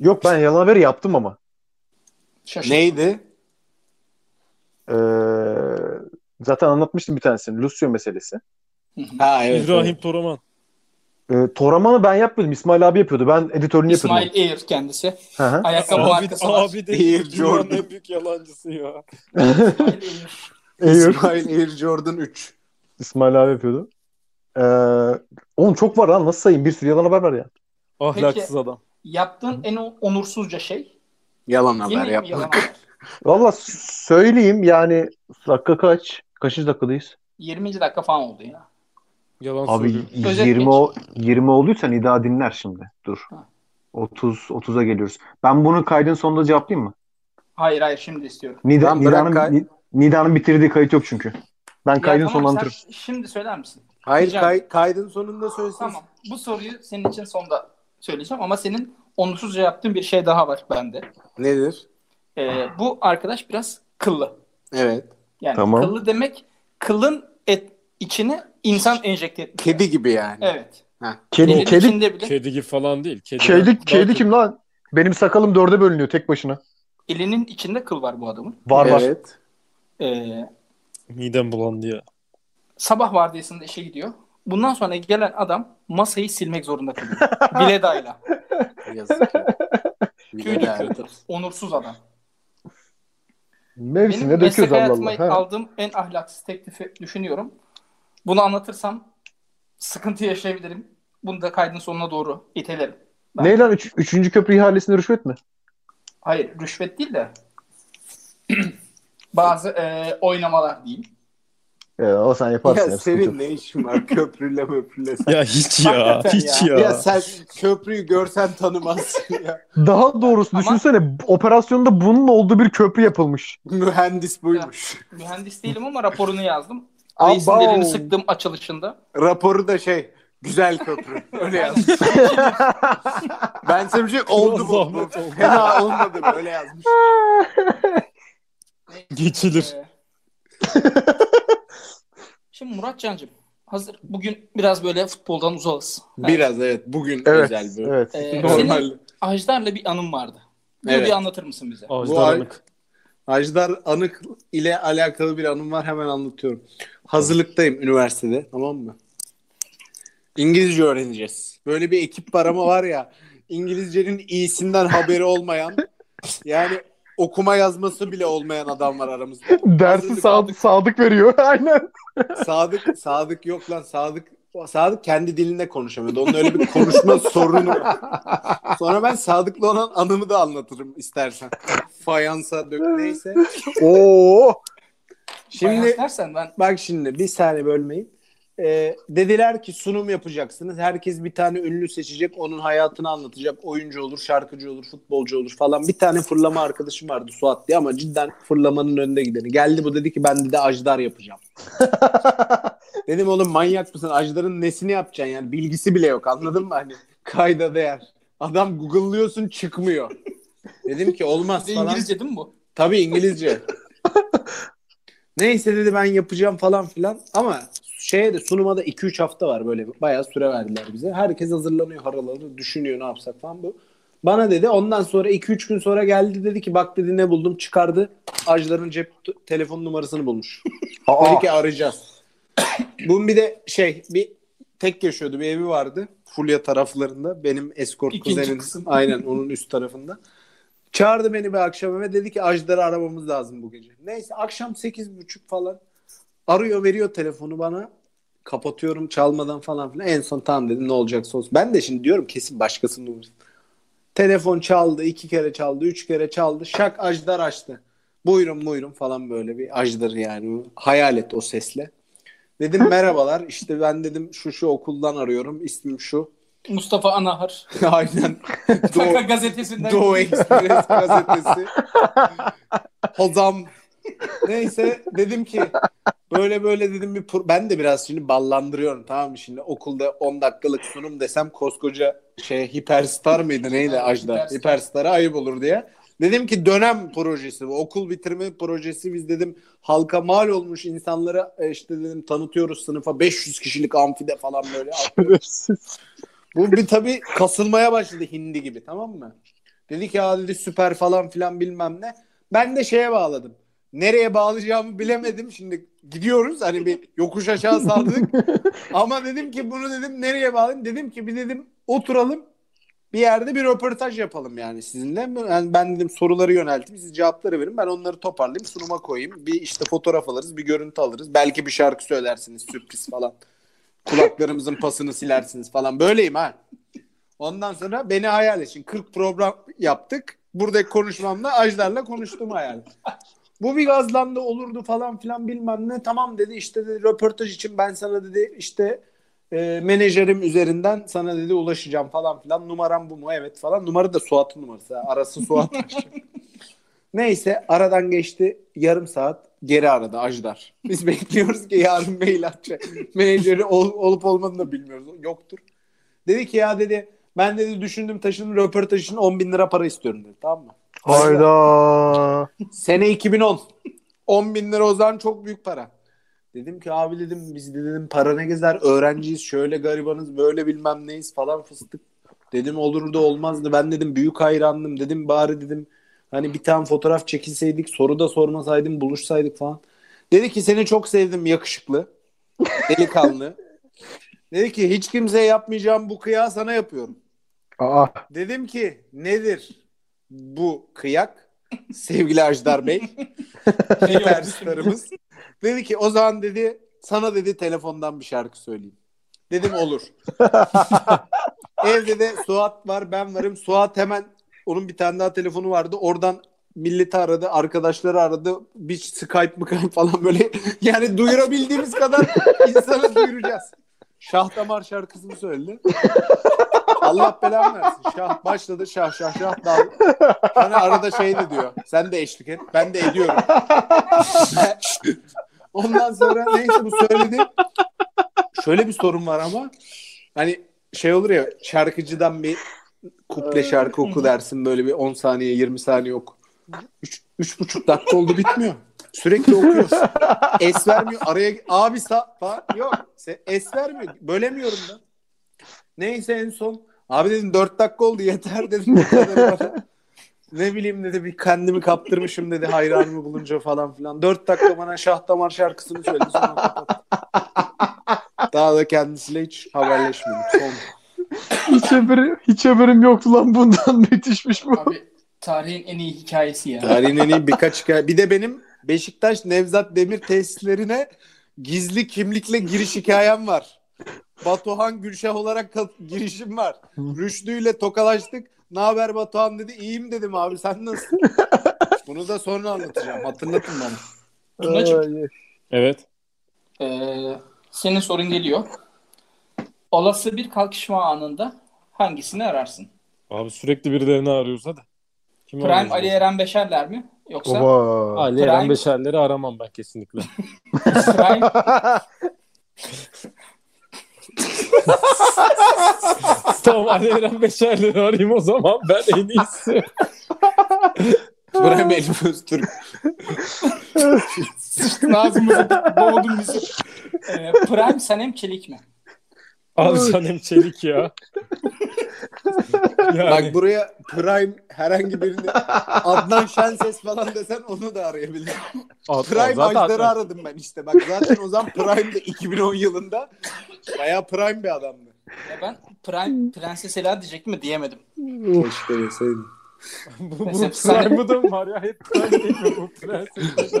Speaker 6: Yok ben yalan haberi yaptım ama.
Speaker 3: Şaşırtma.
Speaker 2: Neydi?
Speaker 6: Ee, zaten anlatmıştım bir tanesini. Lucio meselesi.
Speaker 2: Ha evet.
Speaker 4: İbrahim
Speaker 2: evet.
Speaker 4: Toraman.
Speaker 6: Ee, Toraman'ı ben yapmadım. İsmail abi yapıyordu. Ben editörünü
Speaker 3: İsmail
Speaker 6: yapıyordum.
Speaker 3: Eğir kendisi.
Speaker 6: Hı hı.
Speaker 3: Ayakkabı
Speaker 4: Abi,
Speaker 3: markası var.
Speaker 4: abi de
Speaker 2: İyi,
Speaker 4: dünyanın
Speaker 2: Jordan.
Speaker 4: en büyük yalancısı ya.
Speaker 3: İsmail Eğir.
Speaker 6: Air.
Speaker 2: İsmail Air Jordan 3.
Speaker 6: İsmail abi yapıyordu. Ee, oğlum çok var lan nasıl sayayım? Bir sürü yalan haber var ya.
Speaker 4: Ahlaksız adam.
Speaker 3: Yaptığın en onursuzca şey.
Speaker 2: Yalan
Speaker 3: Yemin
Speaker 2: haber
Speaker 3: mi
Speaker 2: yapma.
Speaker 3: yalan haber?
Speaker 6: Valla söyleyeyim yani dakika kaç? Kaçıncı dakikadayız?
Speaker 3: 20. dakika falan oldu ya.
Speaker 4: Yalan
Speaker 6: Abi
Speaker 4: söylüyor.
Speaker 3: Özet
Speaker 6: 20 o 20 olduysa Nida dinler şimdi. Dur.
Speaker 3: Ha.
Speaker 6: 30 30'a geliyoruz. Ben bunu kaydın sonunda cevaplayayım mı?
Speaker 3: Hayır hayır şimdi istiyorum.
Speaker 6: Nida,
Speaker 2: Tamam, bırak
Speaker 6: Nida'nın
Speaker 2: kay-
Speaker 6: Ni- Nida'nın bitirdiği kayıt yok çünkü. Ben
Speaker 3: Ya
Speaker 6: kaydın
Speaker 3: tamam,
Speaker 6: sonlandırırım.
Speaker 3: sen Şimdi söyler misin?
Speaker 2: Hayır
Speaker 3: Rica-
Speaker 2: kay- kaydın sonunda söylesin.
Speaker 3: Tamam. Bu soruyu senin için sonda söyleyeceğim ama senin onursuzca yaptığın bir şey daha var bende.
Speaker 2: Nedir?
Speaker 3: Ee, bu arkadaş biraz kıllı.
Speaker 2: Evet.
Speaker 3: Yani
Speaker 6: Tamam.
Speaker 3: kıllı demek kılın et içine insan enjekte etmiş.
Speaker 2: Kedi gibi yani.
Speaker 3: Evet.
Speaker 6: Kedi
Speaker 3: Elin
Speaker 6: kedi
Speaker 3: içinde bile
Speaker 4: Kedi gibi falan değil. Kedi,
Speaker 6: kedi,
Speaker 4: daha
Speaker 6: kedi
Speaker 4: çok-
Speaker 6: kim lan? Benim sakalım dörde bölünüyor tek başına.
Speaker 3: elinin içinde kıl var bu adamın.
Speaker 6: Var var.
Speaker 2: Evet.
Speaker 3: Ee,
Speaker 4: Midem bulandı ya.
Speaker 3: sabah vardiyasında işe gidiyor. Bundan sonra gelen adam masayı silmek zorunda kalıyor. Biledayla.
Speaker 2: Yazık.
Speaker 3: Tüy döküyor. Onursuz adam. Benim
Speaker 6: Mevsimine
Speaker 3: meslek
Speaker 6: döküyoruz Allah
Speaker 3: hayatıma
Speaker 6: Allah. Ha.
Speaker 3: aldığım en ahlaksız teklifi düşünüyorum. Bunu anlatırsam sıkıntı yaşayabilirim. Bunu da kaydın sonuna doğru itelerim. Ben-
Speaker 6: Ne lan üç, üçüncü köprü ihalesinde rüşvet mi?
Speaker 3: Hayır rüşvet değil de bazı e, oynamalar diyeyim.
Speaker 6: Ee, o sen yaparsın.
Speaker 2: Ya
Speaker 6: Ya, sıkıntı yok.
Speaker 2: senin ne işin var köprüyle möprüyle sen?
Speaker 4: Ya hiç ya.
Speaker 3: Hakikaten
Speaker 4: hiç ya.
Speaker 2: Ya. sen köprüyü görsen tanımazsın ya.
Speaker 6: Daha doğrusu
Speaker 3: Ama-
Speaker 6: düşünsene operasyonda bunun olduğu bir köprü yapılmış.
Speaker 2: Mühendis buymuş.
Speaker 3: Mühendis değilim ama raporunu yazdım. Reisin
Speaker 2: Aba
Speaker 3: elini sıktığım açılışında.
Speaker 2: Raporu da şey güzel köprü. Öyle yazmış. ben sana bir şey oldu bu. bu.
Speaker 4: Zahmet oldu.
Speaker 2: Fena olmadı böyle yazmış.
Speaker 4: Geçilir.
Speaker 3: e, Şimdi Murat Cancım hazır bugün biraz böyle futboldan uzağız.
Speaker 2: Biraz evet bugün
Speaker 6: Evet.
Speaker 2: özel bir.
Speaker 6: Evet.
Speaker 3: Ee,
Speaker 2: Normal.
Speaker 3: senin Ajdar'la bir anım vardı. Bunu
Speaker 2: Evet.
Speaker 3: bir anlatır mısın bize?
Speaker 2: Bu ay-
Speaker 4: Ajdarlık.
Speaker 2: Ajdar Anık ile alakalı bir anım var hemen anlatıyorum. Hazırlıktayım üniversitede tamam mı? İngilizce öğreneceğiz. Böyle bir ekip var ama var ya İngilizcenin iyisinden haberi olmayan yani okuma yazması bile olmayan adam var aramızda.
Speaker 6: Dersi
Speaker 2: Hazırlık
Speaker 6: sadık, sadık veriyor. Aynen.
Speaker 2: Sadık Sadık yok lan Sadık Sadık kendi dilinde konuşamıyordu. Onun öyle bir konuşma sorunu. var. Sonra ben Sadık'la olan anımı da anlatırım istersen. Fayansa dök neyse.
Speaker 6: Oo.
Speaker 3: Şimdi
Speaker 2: Şimdi
Speaker 3: dersen ben
Speaker 2: bak şimdi bir saniye bölmeyin. Ee, dediler ki sunum yapacaksınız. Herkes bir tane ünlü seçecek. Onun hayatını anlatacak. Oyuncu olur, şarkıcı olur, futbolcu olur falan. Bir tane fırlama arkadaşım vardı Suat diye ama cidden fırlamanın önünde gideni. Geldi bu dedi ki ben dedi Ajdar yapacağım. Dedim oğlum manyak mısın? Ajdar'ın nesini yapacaksın yani? Bilgisi bile yok anladın mı? Hani kayda değer. Adam google'lıyorsun çıkmıyor. Dedim ki olmaz
Speaker 3: bir de
Speaker 2: falan.
Speaker 3: İngilizce değil mi bu?
Speaker 2: Tabii İngilizce. Neyse dedi ben yapacağım falan filan. Ama şeye de sunuma da 2-3 hafta var böyle. Bayağı süre verdiler bize. Herkes hazırlanıyor haraları düşünüyor ne yapsak falan bu. Bana dedi ondan sonra 2-3 gün sonra geldi dedi ki bak dedi ne buldum çıkardı. Ajdar'ın cep t- telefon numarasını bulmuş. dedi ki arayacağız. Bunun bir de şey bir tek yaşıyordu bir evi vardı. Fulya taraflarında benim eskort
Speaker 3: İkinci
Speaker 2: kuzenim.
Speaker 3: kısım.
Speaker 2: Aynen onun üst tarafında. Çağırdı beni bir akşam eve dedi ki Ajdar'ı aramamız lazım bu gece. Neyse akşam 8.30 falan arıyor veriyor telefonu bana. Kapatıyorum çalmadan falan filan. En son tamam dedim ne olacaksa olsun. Ben de şimdi diyorum kesin başkasının numarası. Telefon çaldı iki kere çaldı üç kere çaldı. Şak Ajdar açtı. Buyurun buyurun falan böyle bir Ajdar yani. Hayal et o sesle. Dedim merhabalar işte ben dedim şu şu okuldan arıyorum ismim şu.
Speaker 3: Mustafa Anahar.
Speaker 2: Aynen. Doğu-
Speaker 3: Kaka gazetesinden.
Speaker 2: Doğu Express gazetesi. Hozam. Neyse dedim ki böyle böyle dedim bir pro- ben de biraz şimdi ballandırıyorum tamam mı şimdi okulda 10 dakikalık sunum desem koskoca şey hiperstar mıydı neydi
Speaker 3: Evet,
Speaker 2: Ajda
Speaker 3: Hiperstar.
Speaker 2: hiperstara ayıp olur diye. Dedim ki dönem projesi bu okul bitirme projesi biz dedim halka mal olmuş insanlara e, işte dedim tanıtıyoruz sınıfa 500 kişilik amfide falan böyle bu bir tabii kasılmaya başladı hindi gibi tamam mı? Dedi ki aa dedi süper falan filan bilmem ne. Ben de şeye bağladım. Nereye bağlayacağımı bilemedim. Şimdi gidiyoruz hani bir yokuş aşağı sardık. Ama dedim ki bunu dedim nereye bağlayayım? Dedim ki bir dedim oturalım bir yerde bir röportaj yapalım yani sizinle. Yani ben dedim soruları yönelteyim. Siz cevapları verin. Ben onları toparlayayım. Sunuma koyayım. Bir işte fotoğraf alırız. Bir görüntü alırız. Belki bir şarkı söylersiniz. Sürpriz falan. Kulaklarımızın pasını silersiniz falan. Böyleyim ha. Ondan sonra beni hayal için 40 program yaptık. Buradaki konuşmamla Ajdar'la konuştum hayal. Bu bir gazlandı olurdu falan filan bilmem ne. Tamam dedi işte dedi, röportaj için ben sana dedi işte e, menajerim üzerinden sana dedi ulaşacağım falan filan. Numaram bu mu? Evet falan. Numara da Suat'ın numarası. ha. Arası Suat. Neyse aradan geçti yarım saat geri aradı Ajdar. Biz bekliyoruz ki yarın mail atacak. Menajeri ol- olup olmadığını da bilmiyoruz. Yoktur. Dedi ki ya dedi ben dedi düşündüm taşındım röportaj için 10 bin lira para istiyorum dedi. Tamam mı?
Speaker 6: Hayda.
Speaker 2: Sene 2010. 10 bin lira o zaman çok büyük para. Dedim ki abi dedim biz de dedim para ne gezer öğrenciyiz şöyle garibanız böyle bilmem neyiz falan fıstık. Dedim olurdu olmazdı ben dedim büyük hayrandım dedim bari dedim hani bir tane fotoğraf çekilseydik soru da sormasaydım buluşsaydık falan. Dedi ki seni çok sevdim yakışıklı delikanlı. Dedi ki hiç kimseye yapmayacağım bu kıyağı sana yapıyorum.
Speaker 6: Aa.
Speaker 2: Dedim ki nedir bu kıyak sevgili Ajdar Bey? Süperstarımız. dedi ki o zaman dedi sana dedi telefondan bir şarkı söyleyeyim. Dedim olur. Evde de Suat var ben varım. Suat hemen onun bir tane daha telefonu vardı. Oradan milleti aradı, arkadaşları aradı. Bir Skype mı Skype falan böyle. Yani duyurabildiğimiz kadar insanı duyuracağız. Şah Damar şarkısını söyledi. Allah belanı versin. Şah başladı şah şah şah dal. Hani arada şey de diyor. Sen de eşlik et. Ben de ediyorum. Ondan sonra neyse bu söyledi. Şöyle bir sorun var ama hani şey olur ya şarkıcıdan bir kuple şarkı oku dersin böyle bir 10 saniye 20 saniye oku. 3 buçuk dakika oldu bitmiyor. Sürekli okuyorsun. Es vermiyor. Araya abi sa falan. Yok. se- Es vermiyor. Bölemiyorum da. Neyse en son. Abi dedim 4 dakika oldu yeter dedim. Bu kadar bana. ne bileyim dedi bir kendimi kaptırmışım dedi hayranımı bulunca falan filan. 4 dakika bana Şah Damar şarkısını söyledi. Sonra kapattı. Daha da kendisiyle hiç haberleşmedim. Son.
Speaker 6: Hiç, haberim, hiç haberim yoktu lan bundan müthişmiş bu.
Speaker 3: Abi tarihin en iyi hikayesi ya.
Speaker 2: Tarihin en iyi birkaç hikaye. Bir de benim Beşiktaş Nevzat Demir tesislerine gizli kimlikle giriş hikayem var. Batuhan Gülşah olarak kat- girişim var. Rüştü ile tokalaştık. Ne haber Batuhan dedi. İyiyim dedim abi sen nasılsın? Bunu da sonra anlatacağım. Hatırlatın bana.
Speaker 3: Tunacığım,
Speaker 4: Evet.
Speaker 3: Ee, senin sorun geliyor. Olası bir kalkışma anında hangisini ararsın?
Speaker 4: Abi sürekli birilerini arıyoruz hadi. Kimi
Speaker 3: Prime
Speaker 4: arıyoruz?
Speaker 3: Ali Eren Beşerler mi? Yoksa
Speaker 6: Baba.
Speaker 4: Ali Eren
Speaker 3: Prime-
Speaker 4: Beşerleri aramam ben kesinlikle.
Speaker 3: Prime,
Speaker 4: tamam Ali Eren Beşerleri arayayım o zaman ben en iyisi.
Speaker 2: Buraya Elif Öztürk.
Speaker 3: sıçtın ağzımıza boğdun bizi. Ee, Prime Sanem Çelik mi?
Speaker 4: Abi Sanem Çelik ya. yani,
Speaker 2: Bak buraya Prime herhangi birini Adnan Şenses falan desen onu da arayabilirim.
Speaker 4: at-
Speaker 2: Prime
Speaker 4: zaten-
Speaker 2: Ajdar'ı aradım ben işte. Bak zaten o zaman Prime'de 2010 yılında bayağı Prime bir adamdı.
Speaker 3: Ya ben Prime Prenses Ela diyecek mi diyemedim.
Speaker 2: Keşke deseydin.
Speaker 4: Bu, bu
Speaker 3: Mesela
Speaker 4: Prime'ı da mı var ya? Hep Prime değil mi bu Prenses?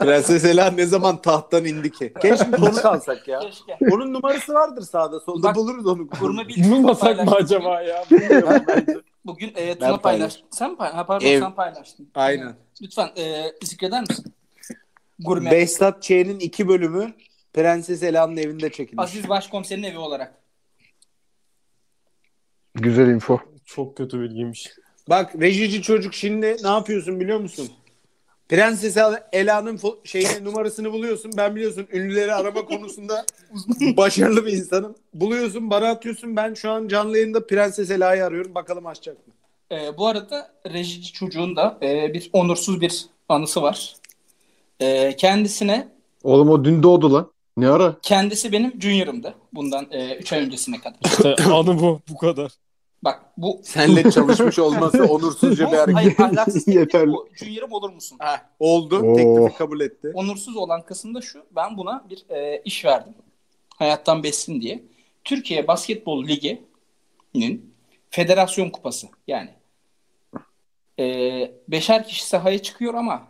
Speaker 2: Prenses Ela ne zaman tahttan indi ki? Keşke konu kalsak ya.
Speaker 3: Keşke.
Speaker 2: Onun numarası vardır sağda solda
Speaker 3: Bak,
Speaker 2: buluruz onu.
Speaker 3: Kurma bilgi
Speaker 4: Bulmasak mı
Speaker 3: paylaştık
Speaker 4: acaba ya?
Speaker 3: Bugün e, Tuna paylaş.
Speaker 2: paylaştım.
Speaker 3: Sen mi paylaş? Ha, pardon
Speaker 2: Ev-
Speaker 3: sen paylaştın.
Speaker 2: Aynen.
Speaker 3: Lütfen e, zikreder misin? Gurme.
Speaker 2: Behzat Ç'nin iki bölümü Prenses Ela'nın evinde çekilmiş.
Speaker 3: Aziz Başkomiserin evi olarak.
Speaker 6: Güzel info.
Speaker 4: Çok kötü bilgiymiş.
Speaker 2: Bak rejici çocuk şimdi ne yapıyorsun biliyor musun? Prenses Ela'nın fo- şeyini numarasını buluyorsun. Ben biliyorsun ünlüleri arama konusunda başarılı bir insanım. Buluyorsun bana atıyorsun. Ben şu an canlı yayında Prenses Ela'yı arıyorum. Bakalım açacak mı?
Speaker 3: E, bu arada rejici çocuğun da e, bir onursuz bir anısı var. E, kendisine
Speaker 6: Oğlum o dün doğdu lan. Ne ara?
Speaker 3: kendisi benim junior'ımdı. Bundan 3 ay öncesine kadar.
Speaker 4: İşte anı bu. Bu kadar.
Speaker 3: Bak bu
Speaker 2: Senle çalışmış olması onursuzca
Speaker 3: bu hayır ahlaksız değil,
Speaker 6: Yeterli.
Speaker 3: bu junior'ım olur musun?
Speaker 2: Oldu.
Speaker 6: Oo.
Speaker 4: Oh.
Speaker 2: Teklifi kabul etti.
Speaker 3: onursuz olan kısım da şu. Ben buna bir e, iş verdim. Hayattan bessin diye. Türkiye Basketbol Ligi'nin Federasyon Kupası yani. Ee, beşer kişi sahaya çıkıyor ama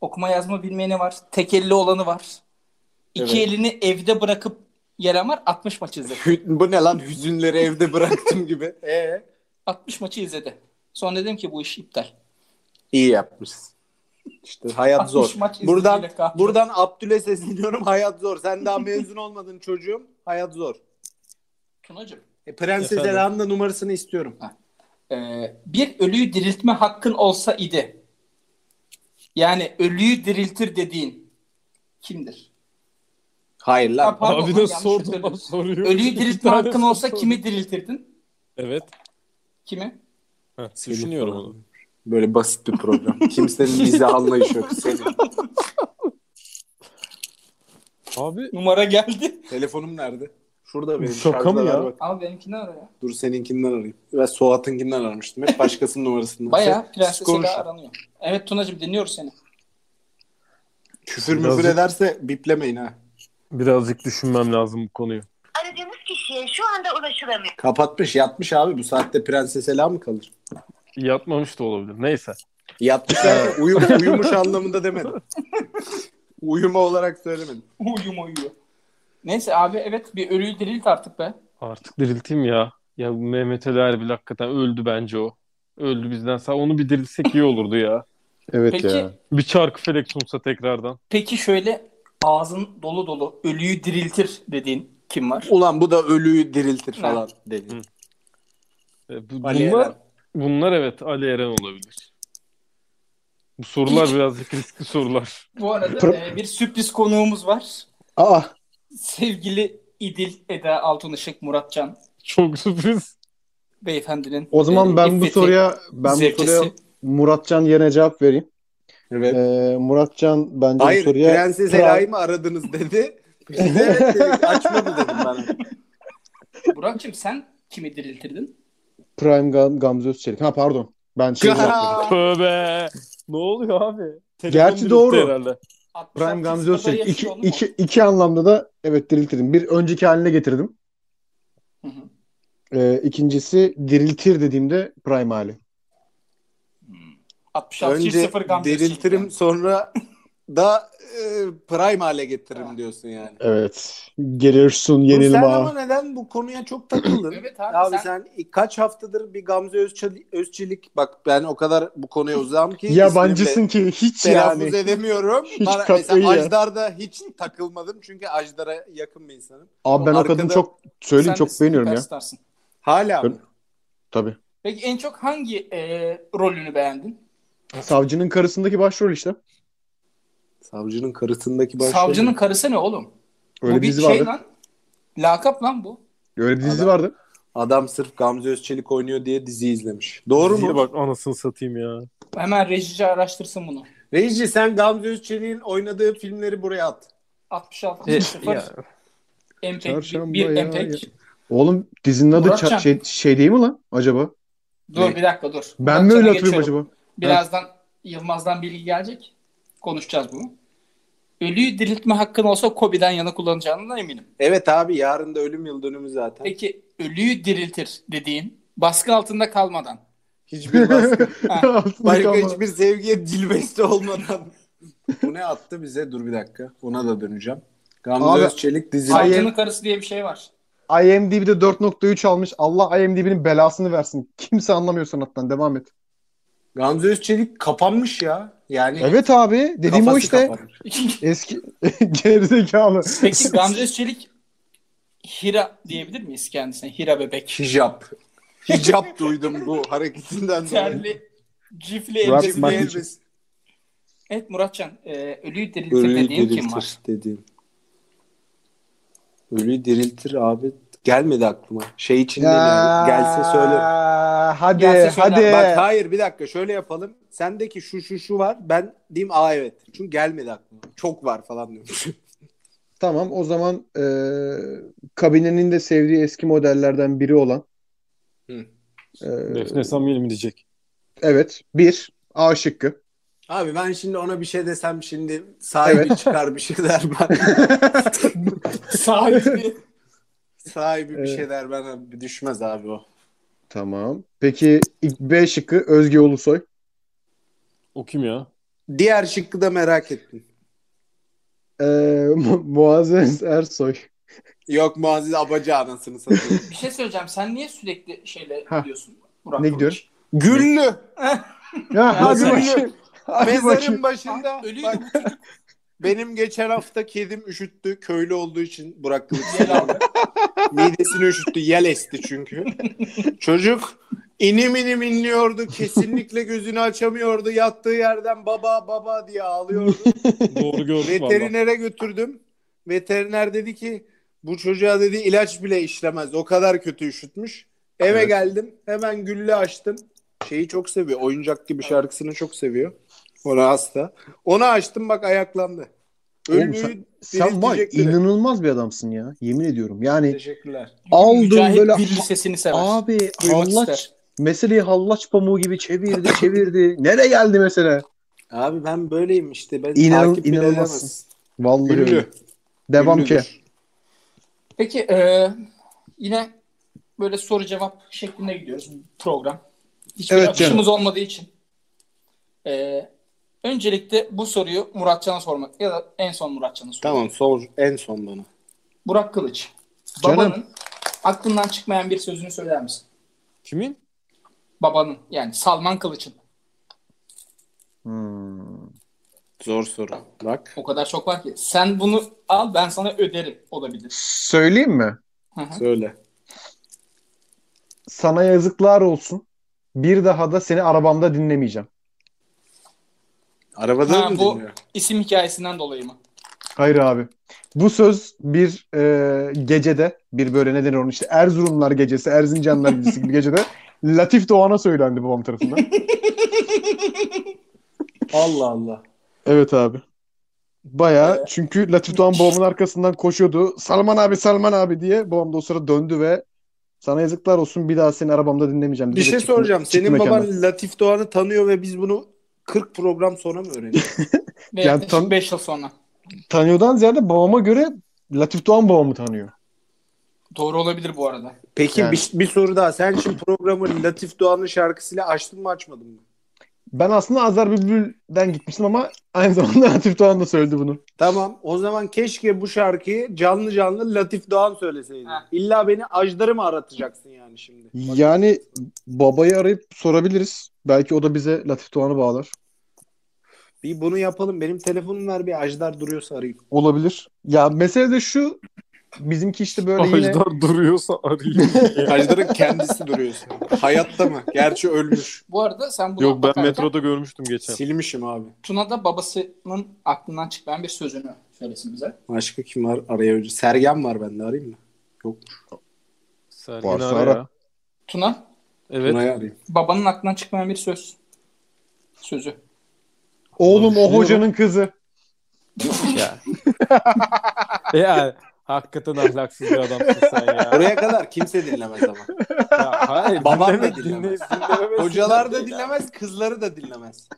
Speaker 3: okuma yazma bilmeyeni var. Tek elli olanı var. İki
Speaker 2: Evet.
Speaker 3: elini evde bırakıp gelen var. 60 maçı izledi.
Speaker 2: Bu ne lan hüzünleri evde bıraktım gibi. Ee?
Speaker 3: 60 maçı izledi. Sonra dedim ki bu iş iptal.
Speaker 2: İyi yapmışsın. İşte hayat
Speaker 3: 60
Speaker 2: zor.
Speaker 3: maç izleyiciyle
Speaker 2: Buradan
Speaker 3: kalktı.
Speaker 2: buradan Abdül'e sesleniyorum hayat zor. Sen daha mezun olmadın çocuğum. Hayat zor.
Speaker 3: Tunacığım.
Speaker 2: E, Prenses
Speaker 4: Efendim?
Speaker 2: Ela'nın da numarasını istiyorum.
Speaker 3: Ee, bir ölüyü diriltme hakkın olsa idi. Yani ölüyü diriltir dediğin kimdir?
Speaker 2: Hayır
Speaker 3: Ha,
Speaker 2: lan.
Speaker 3: pardon,
Speaker 4: Abi
Speaker 3: lan,
Speaker 4: de
Speaker 3: yanlış
Speaker 4: sordum
Speaker 3: söyledim.
Speaker 4: soruyor.
Speaker 3: Ölüyü
Speaker 4: İki
Speaker 3: diriltme
Speaker 4: tane
Speaker 3: hakkın olsa
Speaker 4: soru.
Speaker 3: kimi diriltirdin?
Speaker 4: Evet.
Speaker 3: Kimi?
Speaker 4: Heh, düşünüyorum onu.
Speaker 2: Böyle basit bir program. Kimsenin bizi anlayışı yok. Senin.
Speaker 4: Abi
Speaker 3: Numara geldi.
Speaker 2: Telefonum nerede? Şurada benim.
Speaker 4: Şaka mı
Speaker 2: şarjda
Speaker 4: ya?
Speaker 2: var bak.
Speaker 3: Ama benimkini ara ya.
Speaker 2: Dur seninkinden arayayım. Ve Suat'ınkinden aramıştım. Hep başkasının numarasından.
Speaker 3: Bayağı
Speaker 2: Siz- siz
Speaker 3: Prenses
Speaker 2: konuşun.
Speaker 3: Ela aranıyor. Evet Tunacığım dinliyoruz seni.
Speaker 2: Küfür
Speaker 4: Birazcık-
Speaker 2: müfür ederse biplemeyin ha.
Speaker 4: birazcık düşünmem lazım bu konuyu.
Speaker 8: Aradığınız kişiye şu anda ulaşılamıyor.
Speaker 2: Kapatmış yatmış abi. Bu saatte Prenses Ela mı kalır?
Speaker 4: Yatmamış da olabilir. Neyse.
Speaker 2: Yatmış derken uyum, uyumuş anlamında demedim. Uyuma olarak söylemedim.
Speaker 3: Uyum uyuyor. Neyse abi evet bir ölüyü dirilt artık be.
Speaker 4: Artık dirilteyim ya. Ya bu Mehmet Ali Erbil hakikaten öldü bence o. Öldü bizden sağ. Onu bir diriltsek iyi olurdu ya.
Speaker 6: Evet
Speaker 3: Peki
Speaker 6: ya.
Speaker 4: Bir çarkı felek sunsa tekrardan.
Speaker 3: peki şöyle ağzın dolu dolu ölüyü diriltir dediğin kim var?
Speaker 2: Ulan bu da ölüyü diriltir falan dedi.
Speaker 4: E, bu-
Speaker 2: Ali
Speaker 4: bunlar,
Speaker 2: Eren.
Speaker 4: bunlar evet Ali Eren olabilir. Bu sorular birazcık riskli sorular.
Speaker 3: Bu arada
Speaker 6: Pro-
Speaker 3: e, bir sürpriz konuğumuz var.
Speaker 6: Aa
Speaker 3: Sevgili İdil Eda Altun Işık Muratcan
Speaker 4: Çok sürpriz.
Speaker 3: beyefendinin.
Speaker 6: o zaman
Speaker 3: e,
Speaker 6: ben bu
Speaker 3: iffeti,
Speaker 6: soruya ben bu
Speaker 3: zevkesi.
Speaker 6: soruya Muratcan yerine cevap vereyim.
Speaker 2: Evet.
Speaker 6: Ee, Muratcan bence
Speaker 2: Hayır
Speaker 6: bu soruya
Speaker 2: Prenses
Speaker 6: Kral-
Speaker 2: Ela'yı mı aradınız dedi. Biz de evet dedik, açmadı dedim bana.
Speaker 3: Burak'cığım sen kimi diriltirdin?
Speaker 6: Prime Gam Gamze Özçelik. Ha pardon. Ben şey yapmadım.
Speaker 4: Tövbe. Ne oluyor abi? Telefon
Speaker 6: Gerçi
Speaker 4: diriltti
Speaker 6: doğru.
Speaker 4: herhalde.
Speaker 6: Prime Gamze Özçelik. İki,
Speaker 3: Yaşıyor mu?
Speaker 6: iki, iki anlamda da evet diriltirdim. Bir önceki haline getirdim.
Speaker 3: Hı hı.
Speaker 6: Ee, ikincisi diriltir dediğimde prime hali.
Speaker 3: 66
Speaker 2: Önce
Speaker 3: 0 Gamze Özçelik
Speaker 2: diriltirim
Speaker 3: yani.
Speaker 2: sonra da e, prime hale getiririm
Speaker 3: Ha.
Speaker 2: diyorsun yani.
Speaker 6: Evet. Geliyorsun yeni
Speaker 2: sen
Speaker 6: lima.
Speaker 2: ama neden bu konuya çok takıldın?
Speaker 3: Evet abi,
Speaker 2: abi,
Speaker 3: sen-
Speaker 2: sen... kaç haftadır bir Gamze Özçelik, Özçelik bak ben o kadar bu konuya uzağım ki
Speaker 6: Yabancısın ki hiç
Speaker 2: ismini de telaffuz
Speaker 6: yani.
Speaker 2: edemiyorum.
Speaker 6: Hiç
Speaker 2: Bana,
Speaker 6: katiyen.
Speaker 2: mesela Ajdar'da hiç takılmadım çünkü Ajdar'a yakın bir insanım.
Speaker 6: Abi ben o
Speaker 2: Arkada-
Speaker 6: kadını çok
Speaker 3: Sen
Speaker 6: söyleyeyim
Speaker 3: de
Speaker 6: çok beğeniyorum ya.
Speaker 3: süperstarsın.
Speaker 2: Hala mı?
Speaker 6: Tabii.
Speaker 3: Peki en çok hangi e, rolünü beğendin?
Speaker 6: Savcının karısındaki başrol işte.
Speaker 2: Savcının karısındaki başrol.
Speaker 3: Savcının karısı ne oğlum?
Speaker 6: Öyle
Speaker 3: bu bir
Speaker 6: dizi
Speaker 3: şey
Speaker 6: vardı.
Speaker 3: lan. Lakap lan bu.
Speaker 6: Öyle bir dizi
Speaker 2: Adam-
Speaker 6: vardı.
Speaker 2: Adam sırf Gamze Özçelik oynuyor diye dizi izlemiş. Doğru
Speaker 4: Diziye
Speaker 2: mu?
Speaker 4: bak anasını satayım ya.
Speaker 3: Hemen rejici araştırsın bunu.
Speaker 2: Reji sen Gamze Özçelik'in oynadığı filmleri buraya at.
Speaker 3: 66 0 Empek
Speaker 6: Çarşamba
Speaker 3: bir
Speaker 6: ya,
Speaker 3: empek.
Speaker 6: ya. Oğlum dizinin adı
Speaker 3: Muratcan.
Speaker 6: ça- şey, şey değil mi lan acaba?
Speaker 3: Dur bir dakika dur.
Speaker 6: Ben mi
Speaker 3: Muratcan'a
Speaker 6: öyle hatırlıyorum
Speaker 3: geçiyorum.
Speaker 6: acaba?
Speaker 3: Birazdan Yılmaz'dan bilgi gelecek. Konuşacağız bunu. Ölüyü diriltme hakkın olsa Kobe'den yana kullanacağından eminim.
Speaker 2: Evet abi yarın da ölüm yıl dönümü zaten.
Speaker 3: Peki ölüyü diriltir dediğin baskı altında kalmadan.
Speaker 2: Hiçbir baskı.
Speaker 6: Altındaki
Speaker 2: Başka
Speaker 6: ama-
Speaker 2: hiçbir sevgiye dilbeste olmadan. Bu ne attı bize? Dur bir dakika. Ona da döneceğim. Gamze
Speaker 6: Abi-
Speaker 2: Özçelik dizileri.
Speaker 3: Savcının karısı diye bir şey var.
Speaker 6: IMDb'de 4.3 almış. Allah IMDb'nin belasını versin. Kimse anlamıyor sanattan. Devam et.
Speaker 2: Gamze Özçelik kapanmış ya. Yani
Speaker 6: Evet abi. Dediğim o
Speaker 2: kafası
Speaker 6: işte.
Speaker 2: kapanmış.
Speaker 6: Eski gerizekalı.
Speaker 3: Peki Gamze Özçelik Hira diyebilir miyiz kendisine? Hira bebek.
Speaker 2: Hicap. Hicap duydum bu hareketinden sonra.
Speaker 3: Terli, cifli
Speaker 6: Murat
Speaker 3: elbise.
Speaker 6: Makic.
Speaker 2: Elbis.
Speaker 3: Evet Muratcan, e, ölüyü diriltir
Speaker 2: Ölüyü
Speaker 3: dediğin
Speaker 2: diriltir
Speaker 3: kim var?
Speaker 2: dediğim. Ölüyü diriltir abi. Gelmedi aklıma. Şey için değil yani. Gelse söyle.
Speaker 6: Hadi
Speaker 3: Gelse söyle.
Speaker 6: hadi.
Speaker 2: Bak hayır bir dakika şöyle yapalım. Sendeki şu şu şu var. Ben diyeyim aa evet. Çünkü gelmedi aklıma. Çok var falan diyorum.
Speaker 6: Tamam o zaman e, kabinenin de sevdiği eski modellerden biri olan.
Speaker 2: Hı.
Speaker 6: E,
Speaker 4: Defne Samyeli mi diyecek?
Speaker 6: evet. Bir. A şıkkı.
Speaker 2: Abi ben şimdi ona bir şey desem şimdi sahibi çıkar bir şey der ben.
Speaker 3: Sahibi.
Speaker 2: sahibi bir
Speaker 6: Evet.
Speaker 2: şey der bana düşmez abi o.
Speaker 6: Tamam. Peki ilk B şıkkı Özge Ulusoy.
Speaker 4: O kim ya?
Speaker 2: Diğer şıkkı da merak ettim.
Speaker 6: Ee, Mu- Muazzez Ersoy.
Speaker 2: Yok Muazzez Abacı anasını satayım.
Speaker 3: Bir şey söyleyeceğim. Sen niye sürekli şeyle
Speaker 6: Ha.
Speaker 3: gidiyorsun? Burak
Speaker 6: Ne
Speaker 3: Kılıç?
Speaker 6: gidiyorum?
Speaker 2: Güllü.
Speaker 6: Ya hadi
Speaker 2: sen-
Speaker 6: bakayım. Hadi bakayım.
Speaker 2: Mezarın başında.
Speaker 3: Ölüydü
Speaker 2: Bak, benim geçen hafta kedim üşüttü. Köylü olduğu için Burak Kılıç
Speaker 3: Gel abi.
Speaker 2: midesini üşüttü. Yel esti çünkü. Çocuk inim inim inliyordu. Kesinlikle gözünü açamıyordu. Yattığı yerden baba baba diye ağlıyordu.
Speaker 4: Doğru gördüm valla.
Speaker 2: Veterinere götürdüm. Veteriner dedi ki bu çocuğa dedi ilaç bile işlemez. O kadar kötü üşütmüş. Eve
Speaker 6: Evet.
Speaker 2: geldim. Hemen gülle açtım. Şeyi çok seviyor. Oyuncak gibi şarkısını çok seviyor. Ona hasta. Onu açtım bak ayaklandı.
Speaker 6: Oğlum
Speaker 2: Ölümü
Speaker 6: sen- Sen var ya,
Speaker 2: diriltecek bile.
Speaker 6: inanılmaz bir adamsın ya. Yemin ediyorum. Yani
Speaker 2: Teşekkürler.
Speaker 6: aldın
Speaker 3: Mücahit
Speaker 6: böyle
Speaker 3: bir lisesini sever.
Speaker 6: abi
Speaker 3: Duymak
Speaker 6: hallaç
Speaker 3: ister.
Speaker 6: meseleyi hallaç pamuğu gibi çevirdi çevirdi. Nereye geldi mesele?
Speaker 2: Abi ben böyleyim işte. Ben
Speaker 6: İnan-
Speaker 2: takip bile
Speaker 6: inanılmazsın.
Speaker 2: edemezsin.
Speaker 6: Vallahi
Speaker 2: Ünlü.
Speaker 6: öyle. Devam ki.
Speaker 2: Ünlüdür.
Speaker 3: Peki e, yine böyle soru cevap şeklinde gidiyoruz bu program. Hiçbir
Speaker 6: Evet canım.
Speaker 3: akışımız olmadığı için. E, öncelikle bu soruyu Muratcan'a sormak ya da en son Muratcan'a sormak.
Speaker 2: Tamam sor en son bana.
Speaker 3: Burak Kılıç.
Speaker 6: Canım.
Speaker 3: Babanın aklından çıkmayan bir sözünü söyler misin?
Speaker 4: Kimin?
Speaker 3: Babanın yani Salman Kılıç'ın.
Speaker 6: Hmm.
Speaker 2: Zor soru. Bak.
Speaker 3: O kadar çok var ki. Sen bunu al ben sana öderim olabilir.
Speaker 6: Söyleyeyim mi?
Speaker 3: Hı hı.
Speaker 2: Söyle.
Speaker 6: Sana yazıklar olsun. Bir daha da seni arabamda dinlemeyeceğim.
Speaker 2: Arabada
Speaker 3: Ha,
Speaker 2: mı
Speaker 3: bu
Speaker 2: dinliyor?
Speaker 3: isim hikayesinden dolayı mı?
Speaker 6: Hayır abi. Bu söz bir e, gecede bir böyle neden onun işte Erzurumlar gecesi, Erzincanlar gecesi gibi gecede Latif Doğan'a söylendi babam tarafından.
Speaker 2: Allah Allah.
Speaker 6: Evet abi. Bayağı çünkü Latif Doğan babamın arkasından koşuyordu. Salman abi Salman abi diye. Babam da o sırada döndü ve sana yazıklar olsun bir daha seni arabamda dinlemeyeceğim. dedi
Speaker 2: Bir
Speaker 6: ve
Speaker 2: şey
Speaker 6: çıktı-
Speaker 2: soracağım.
Speaker 6: çıktı
Speaker 2: Senin
Speaker 6: mekandan.
Speaker 2: baban Latif Doğan'ı tanıyor ve biz bunu 40 program sonra mı öğreniyoruz?
Speaker 3: Ve
Speaker 6: Yani
Speaker 3: yaklaşık
Speaker 6: tam-
Speaker 3: 5 yıl sonra.
Speaker 6: Tanıyordan ziyade babama göre Latif Doğan babamı tanıyor.
Speaker 3: Doğru olabilir bu arada.
Speaker 2: Peki
Speaker 6: Yani.
Speaker 2: bir, bir soru daha. Sen şimdi programı Latif Doğan'ın şarkısıyla açtın mı açmadın mı?
Speaker 6: Ben aslında Azer Bülbül'den gitmiştim ama aynı zamanda Latif Doğan da söyledi bunu.
Speaker 2: Tamam. O zaman keşke bu şarkıyı canlı canlı Latif Doğan söyleseydi.
Speaker 3: Ha.
Speaker 2: İlla beni ajdarı mı aratacaksın yani şimdi?
Speaker 6: Yani babayı arayıp sorabiliriz. Belki o da bize Latif Doğan'ı bağlar.
Speaker 2: Bir bunu yapalım. Benim telefonum var bir ajdar duruyorsa arayayım.
Speaker 6: Olabilir. Ya mesele de şu. Bizimki işte böyle yine...
Speaker 4: Ajdar duruyorsa arayayım.
Speaker 2: Ajdarın kendisi duruyorsa. Hayatta mı? Gerçi ölmüş.
Speaker 3: Bu arada sen bunu
Speaker 4: Yok ben
Speaker 3: bakarken
Speaker 4: metroda görmüştüm geçen.
Speaker 2: Silmişim abi.
Speaker 3: Tuna da babasının aklından çıkmayan bir sözünü söylesin bize.
Speaker 2: Başka kim var araya önce? Sergen var bende arayayım mı?
Speaker 4: Sergen
Speaker 6: Varsa
Speaker 4: ara.
Speaker 6: ara.
Speaker 3: Tuna'ya
Speaker 4: Evet.
Speaker 2: Tuna'yı arayayım.
Speaker 3: babanın aklından çıkmayan bir söz. Sözü.
Speaker 6: Oğlum o hocanın kızı.
Speaker 4: Ya. ya E, hakikaten ahlaksız bir adamsın sen ya.
Speaker 2: Oraya kadar kimse dinlemez ama.
Speaker 4: ya hayır,
Speaker 2: Babam da
Speaker 4: dinleme-
Speaker 2: dinlemez.
Speaker 4: dinle- dinlememesi-
Speaker 2: Hocalar da dinlemez, kızları da dinlemez.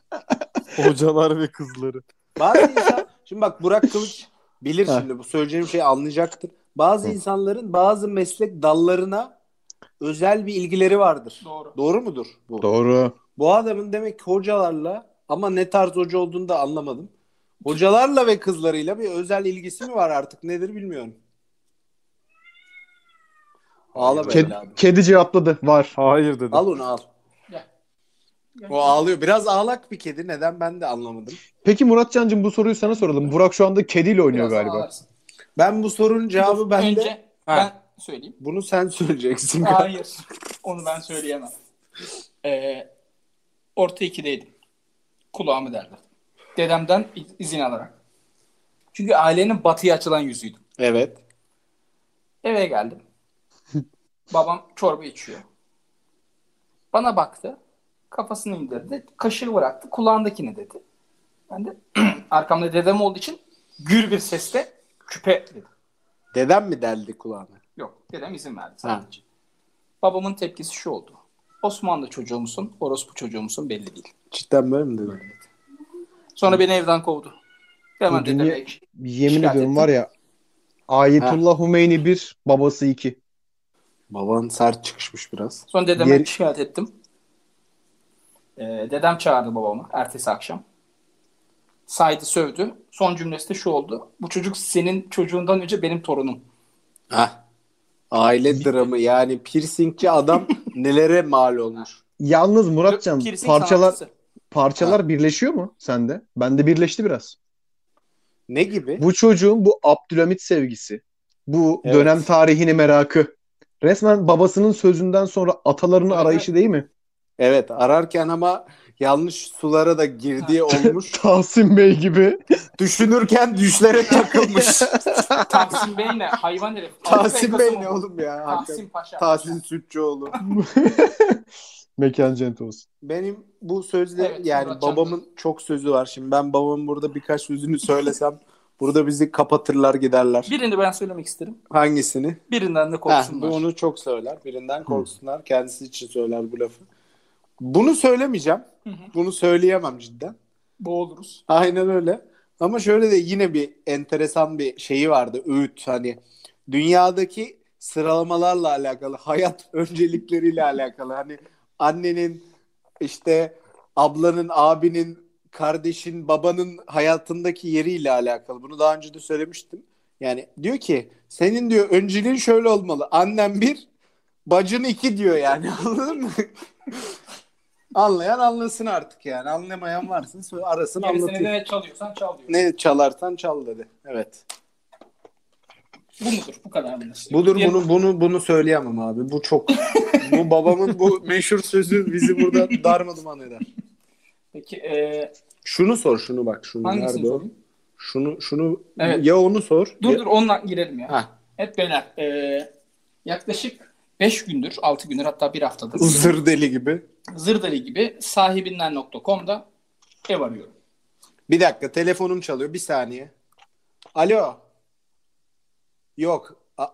Speaker 4: Hocalar ve kızları.
Speaker 2: Bazı insan, şimdi bak Burak Kılıç bilir
Speaker 6: Ha.
Speaker 2: şimdi bu söyleyeceğim şeyi anlayacaktır. Bazı insanların bazı meslek dallarına özel bir ilgileri vardır.
Speaker 3: Doğru.
Speaker 2: Doğru mudur bu?
Speaker 6: Doğru.
Speaker 2: Bu adamın demek ki hocalarla ama ne tarz hoca olduğunu da anlamadım. Hocalarla ve kızlarıyla bir özel ilgisi mi var artık nedir bilmiyorum. Ağlama
Speaker 6: Kedi,
Speaker 2: evladım.
Speaker 6: kedi cevapladı. Var.
Speaker 4: Hayır dedi.
Speaker 2: Al onu al. O ağlıyor. Biraz ağlak bir kedi. Neden ben de anlamadım.
Speaker 6: Peki Muratcan'cığım bu soruyu sana soralım. Burak şu anda kediyle oynuyor
Speaker 3: Biraz
Speaker 6: galiba.
Speaker 3: ağlarsın.
Speaker 2: Ben bu sorunun cevabı bende.
Speaker 3: Önce
Speaker 2: Ha.
Speaker 3: ben söyleyeyim.
Speaker 2: Bunu sen söyleyeceksin.
Speaker 3: Hayır. Onu ben söyleyemem. Ee, orta ikideydim. Kulağımı derdi. Dedemden iz- izin alarak. Çünkü ailenin batıya açılan yüzüydüm.
Speaker 2: Evet.
Speaker 3: Eve geldim. Babam çorba içiyor. Bana baktı. Kafasını indirdi. Kaşığı bıraktı. Kulağındakini dedi. Ben de arkamda dedem olduğu için gür bir sesle küpe dedim.
Speaker 2: Dedem mi deldi kulağına?
Speaker 3: Yok dedem izin verdi sadece. Babamın tepkisi şu oldu. Osmanlı çocuğu musun, orospu çocuğu musun belli değil.
Speaker 2: Cidden böyle mi dedi?
Speaker 3: Sonra beni evden kovdu. Hemen
Speaker 6: Bu dünya-
Speaker 3: dedeme
Speaker 6: Yemin
Speaker 3: Şikayet
Speaker 6: ediyorum
Speaker 3: ettim.
Speaker 6: var ya Ayetullah Humeyni 1, babası 2.
Speaker 2: Baban sert çıkışmış biraz.
Speaker 3: Sonra dedeme
Speaker 2: Geri-
Speaker 3: şikayet ettim. Ee, dedem çağırdı babamı ertesi akşam. Saydı sövdü. Son cümlesi de şu oldu. Bu çocuk senin çocuğundan önce benim torunum.
Speaker 2: Hah. Aile dramı yani piercingci adam nelere mal olmuş.
Speaker 6: Yalnız Muratcan
Speaker 3: Piercing
Speaker 6: parçalar
Speaker 3: sanatçısı.
Speaker 6: parçalar birleşiyor mu sende? Bende birleşti biraz.
Speaker 2: Ne gibi?
Speaker 6: Bu çocuğun bu Abdülhamit sevgisi, bu
Speaker 4: Evet.
Speaker 6: dönem tarihini merakı. Resmen babasının sözünden sonra atalarını
Speaker 3: Evet.
Speaker 6: arayışı değil mi?
Speaker 2: Evet ararken ama yanlış sulara da girdiği olmuş.
Speaker 6: Tahsin Bey gibi.
Speaker 2: Düşünürken düşlere takılmış.
Speaker 3: Tahsin Bey ne? Hayvan herif.
Speaker 2: Tahsin
Speaker 3: Altı ay
Speaker 2: Bey
Speaker 3: Kasım
Speaker 2: ne
Speaker 3: oldu.
Speaker 2: oğlum ya?
Speaker 3: Tahsin Paşa.
Speaker 2: Tahsin Sütçüoğlu.
Speaker 6: Mekan cennet olsun.
Speaker 2: Benim bu sözle
Speaker 3: Evet,
Speaker 2: yani
Speaker 3: Murat
Speaker 2: babamın çok sözü var. Şimdi ben babamın burada birkaç sözünü söylesem burada bizi kapatırlar giderler.
Speaker 3: Birini ben söylemek isterim.
Speaker 2: Hangisini?
Speaker 3: Birinden de
Speaker 2: Ha,
Speaker 3: korksunlar.
Speaker 2: bu onu çok söyler. Birinden korksunlar. Kendisi için söyler bu lafı. Bunu söylemeyeceğim. Bunu söyleyemem cidden.
Speaker 3: Boğuluruz.
Speaker 2: Aynen öyle. Ama şöyle de yine bir enteresan bir şeyi vardı. Öğüt hani dünyadaki sıralamalarla alakalı, hayat öncelikleriyle alakalı. Hani annenin işte ablanın, abinin, kardeşin, babanın hayatındaki yeriyle alakalı. Bunu daha önce de söylemiştim. Yani diyor ki senin diyor önceliğin şöyle olmalı. Annen bir, bacın iki diyor yani. Anladın mı? Anlayan anlasın artık yani. Anlamayan varsa sö- arasın
Speaker 3: Gerisini de
Speaker 2: anlatayım.
Speaker 3: ne çalıyorsan çal diyor.
Speaker 2: Ne çalarsan çal dedi. Evet.
Speaker 3: Bu mudur? Bu kadar mıdır?
Speaker 2: Budur
Speaker 3: Diğer-
Speaker 2: bunu bunu bunu söyleyemem abi. Bu çok. bu babamın bu meşhur sözü bizi burada darmaduman eder.
Speaker 3: Peki e,
Speaker 2: Şunu sor şunu bak şunu.
Speaker 3: hangisini
Speaker 2: Nerede o?
Speaker 3: sorayım?
Speaker 2: Şunu şunu
Speaker 3: Evet.
Speaker 2: ya onu sor.
Speaker 3: Dur
Speaker 2: ya-
Speaker 3: dur onunla girelim ya.
Speaker 2: Ha.
Speaker 3: Evet beyler e, yaklaşık 5 gündür, 6 gündür hatta bir haftadır
Speaker 2: Zır deli gibi.
Speaker 3: Zırdali gibi sahibinden.com'da ev arıyorum.
Speaker 2: Bir dakika telefonum çalıyor. Bir saniye. Alo. Yok. A-